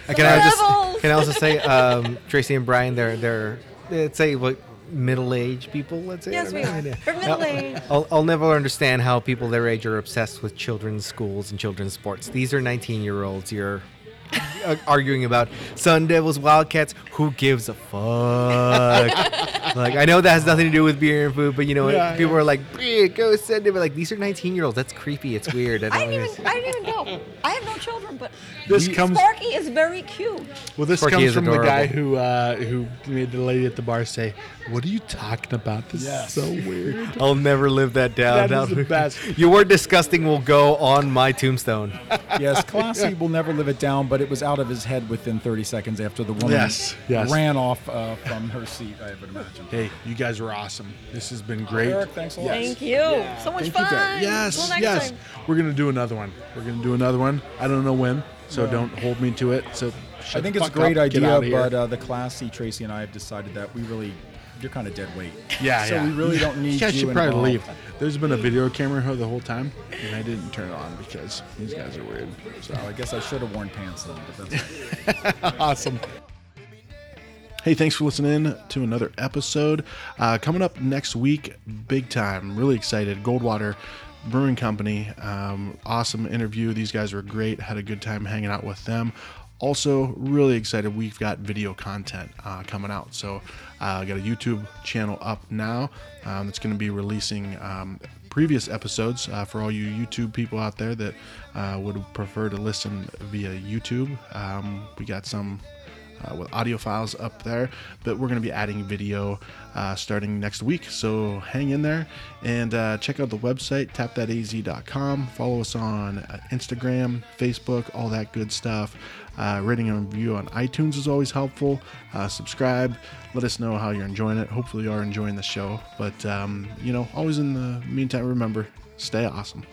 S4: I can, I
S3: Levels.
S4: just, can I also say um, Tracy and Brian? They're they're let's say what middle-aged people. Let's say I
S3: Yes,
S4: don't
S3: we
S4: know.
S3: are. We're middle aged.
S4: I'll, I'll never understand how people their age are obsessed with children's schools and children's sports. These are 19 year olds. You're uh, arguing about Sun Devils, Wildcats. Who gives a fuck? like I know that has nothing to do with beer and food, but you know,
S2: Yeah,
S4: people
S2: yeah.
S4: are like, "Beer, go send it. But like, these are 19 year olds. That's creepy. It's weird. I
S3: I
S4: don't
S3: didn't
S4: know.
S3: even I didn't even know. I have no children, but
S2: This comes-
S3: Sparky is very cute.
S2: Well, this
S4: Sparky
S2: comes
S4: is
S2: from the guy
S4: adorable.
S2: who uh, who made the lady at the bar say, "What are you talking about? This
S1: Yes.
S2: is so weird."
S4: I'll never live that down.
S2: That is the best.
S4: Your word disgusting will go on my tombstone.
S1: Yes, classy will never live it down, but it was out of his head within 30 seconds after the woman
S2: Yes, yes.
S1: ran off uh, from her seat, I would imagine.
S2: hey, you guys are awesome. This has been great.
S1: Eric, thanks a lot.
S3: Thank you. So
S1: Thank
S3: much
S1: you, Dan.
S3: fun.
S2: Yes,
S3: Till next
S2: yes.
S3: time.
S2: We're gonna do another one. We're gonna do another one. I don't know when, so don't hold me to it. So shut
S1: I think
S2: the
S1: it's a
S2: fuck
S1: great
S2: up, get
S1: idea,
S2: outta here.
S1: but uh, the classy Tracy and I have decided that we really, you're kind of dead weight.
S2: yeah,
S1: so
S2: yeah.
S1: we really don't need
S2: You guys
S1: you
S2: should probably
S1: involved.
S2: leave. There's been a video camera here the whole time, and I didn't turn it on because these guys are weird. So
S1: Oh, I guess I should have worn pants then, but that's
S2: awesome. Hey, thanks for listening to another episode. Uh, coming up next week, big time. Really excited. Goldwater Brewing Company. Um, awesome interview. These guys were great. Had a good time hanging out with them. Also, really excited. We've got video content uh, coming out. So, uh, got a YouTube channel up now um, that's going to be releasing um, previous episodes uh, for all you YouTube people out there that uh, would prefer to listen via YouTube. Um, we got some uh, with audio files up there. But we're going to be adding video uh, starting next week. So hang in there and uh, check out the website, tapthataz.com. Follow us on uh, Instagram, Facebook, all that good stuff. Uh, rating and review on iTunes is always helpful. Uh, subscribe. Let us know how you're enjoying it. Hopefully, you are enjoying the show. But, um, you know, always in the meantime, remember stay awesome.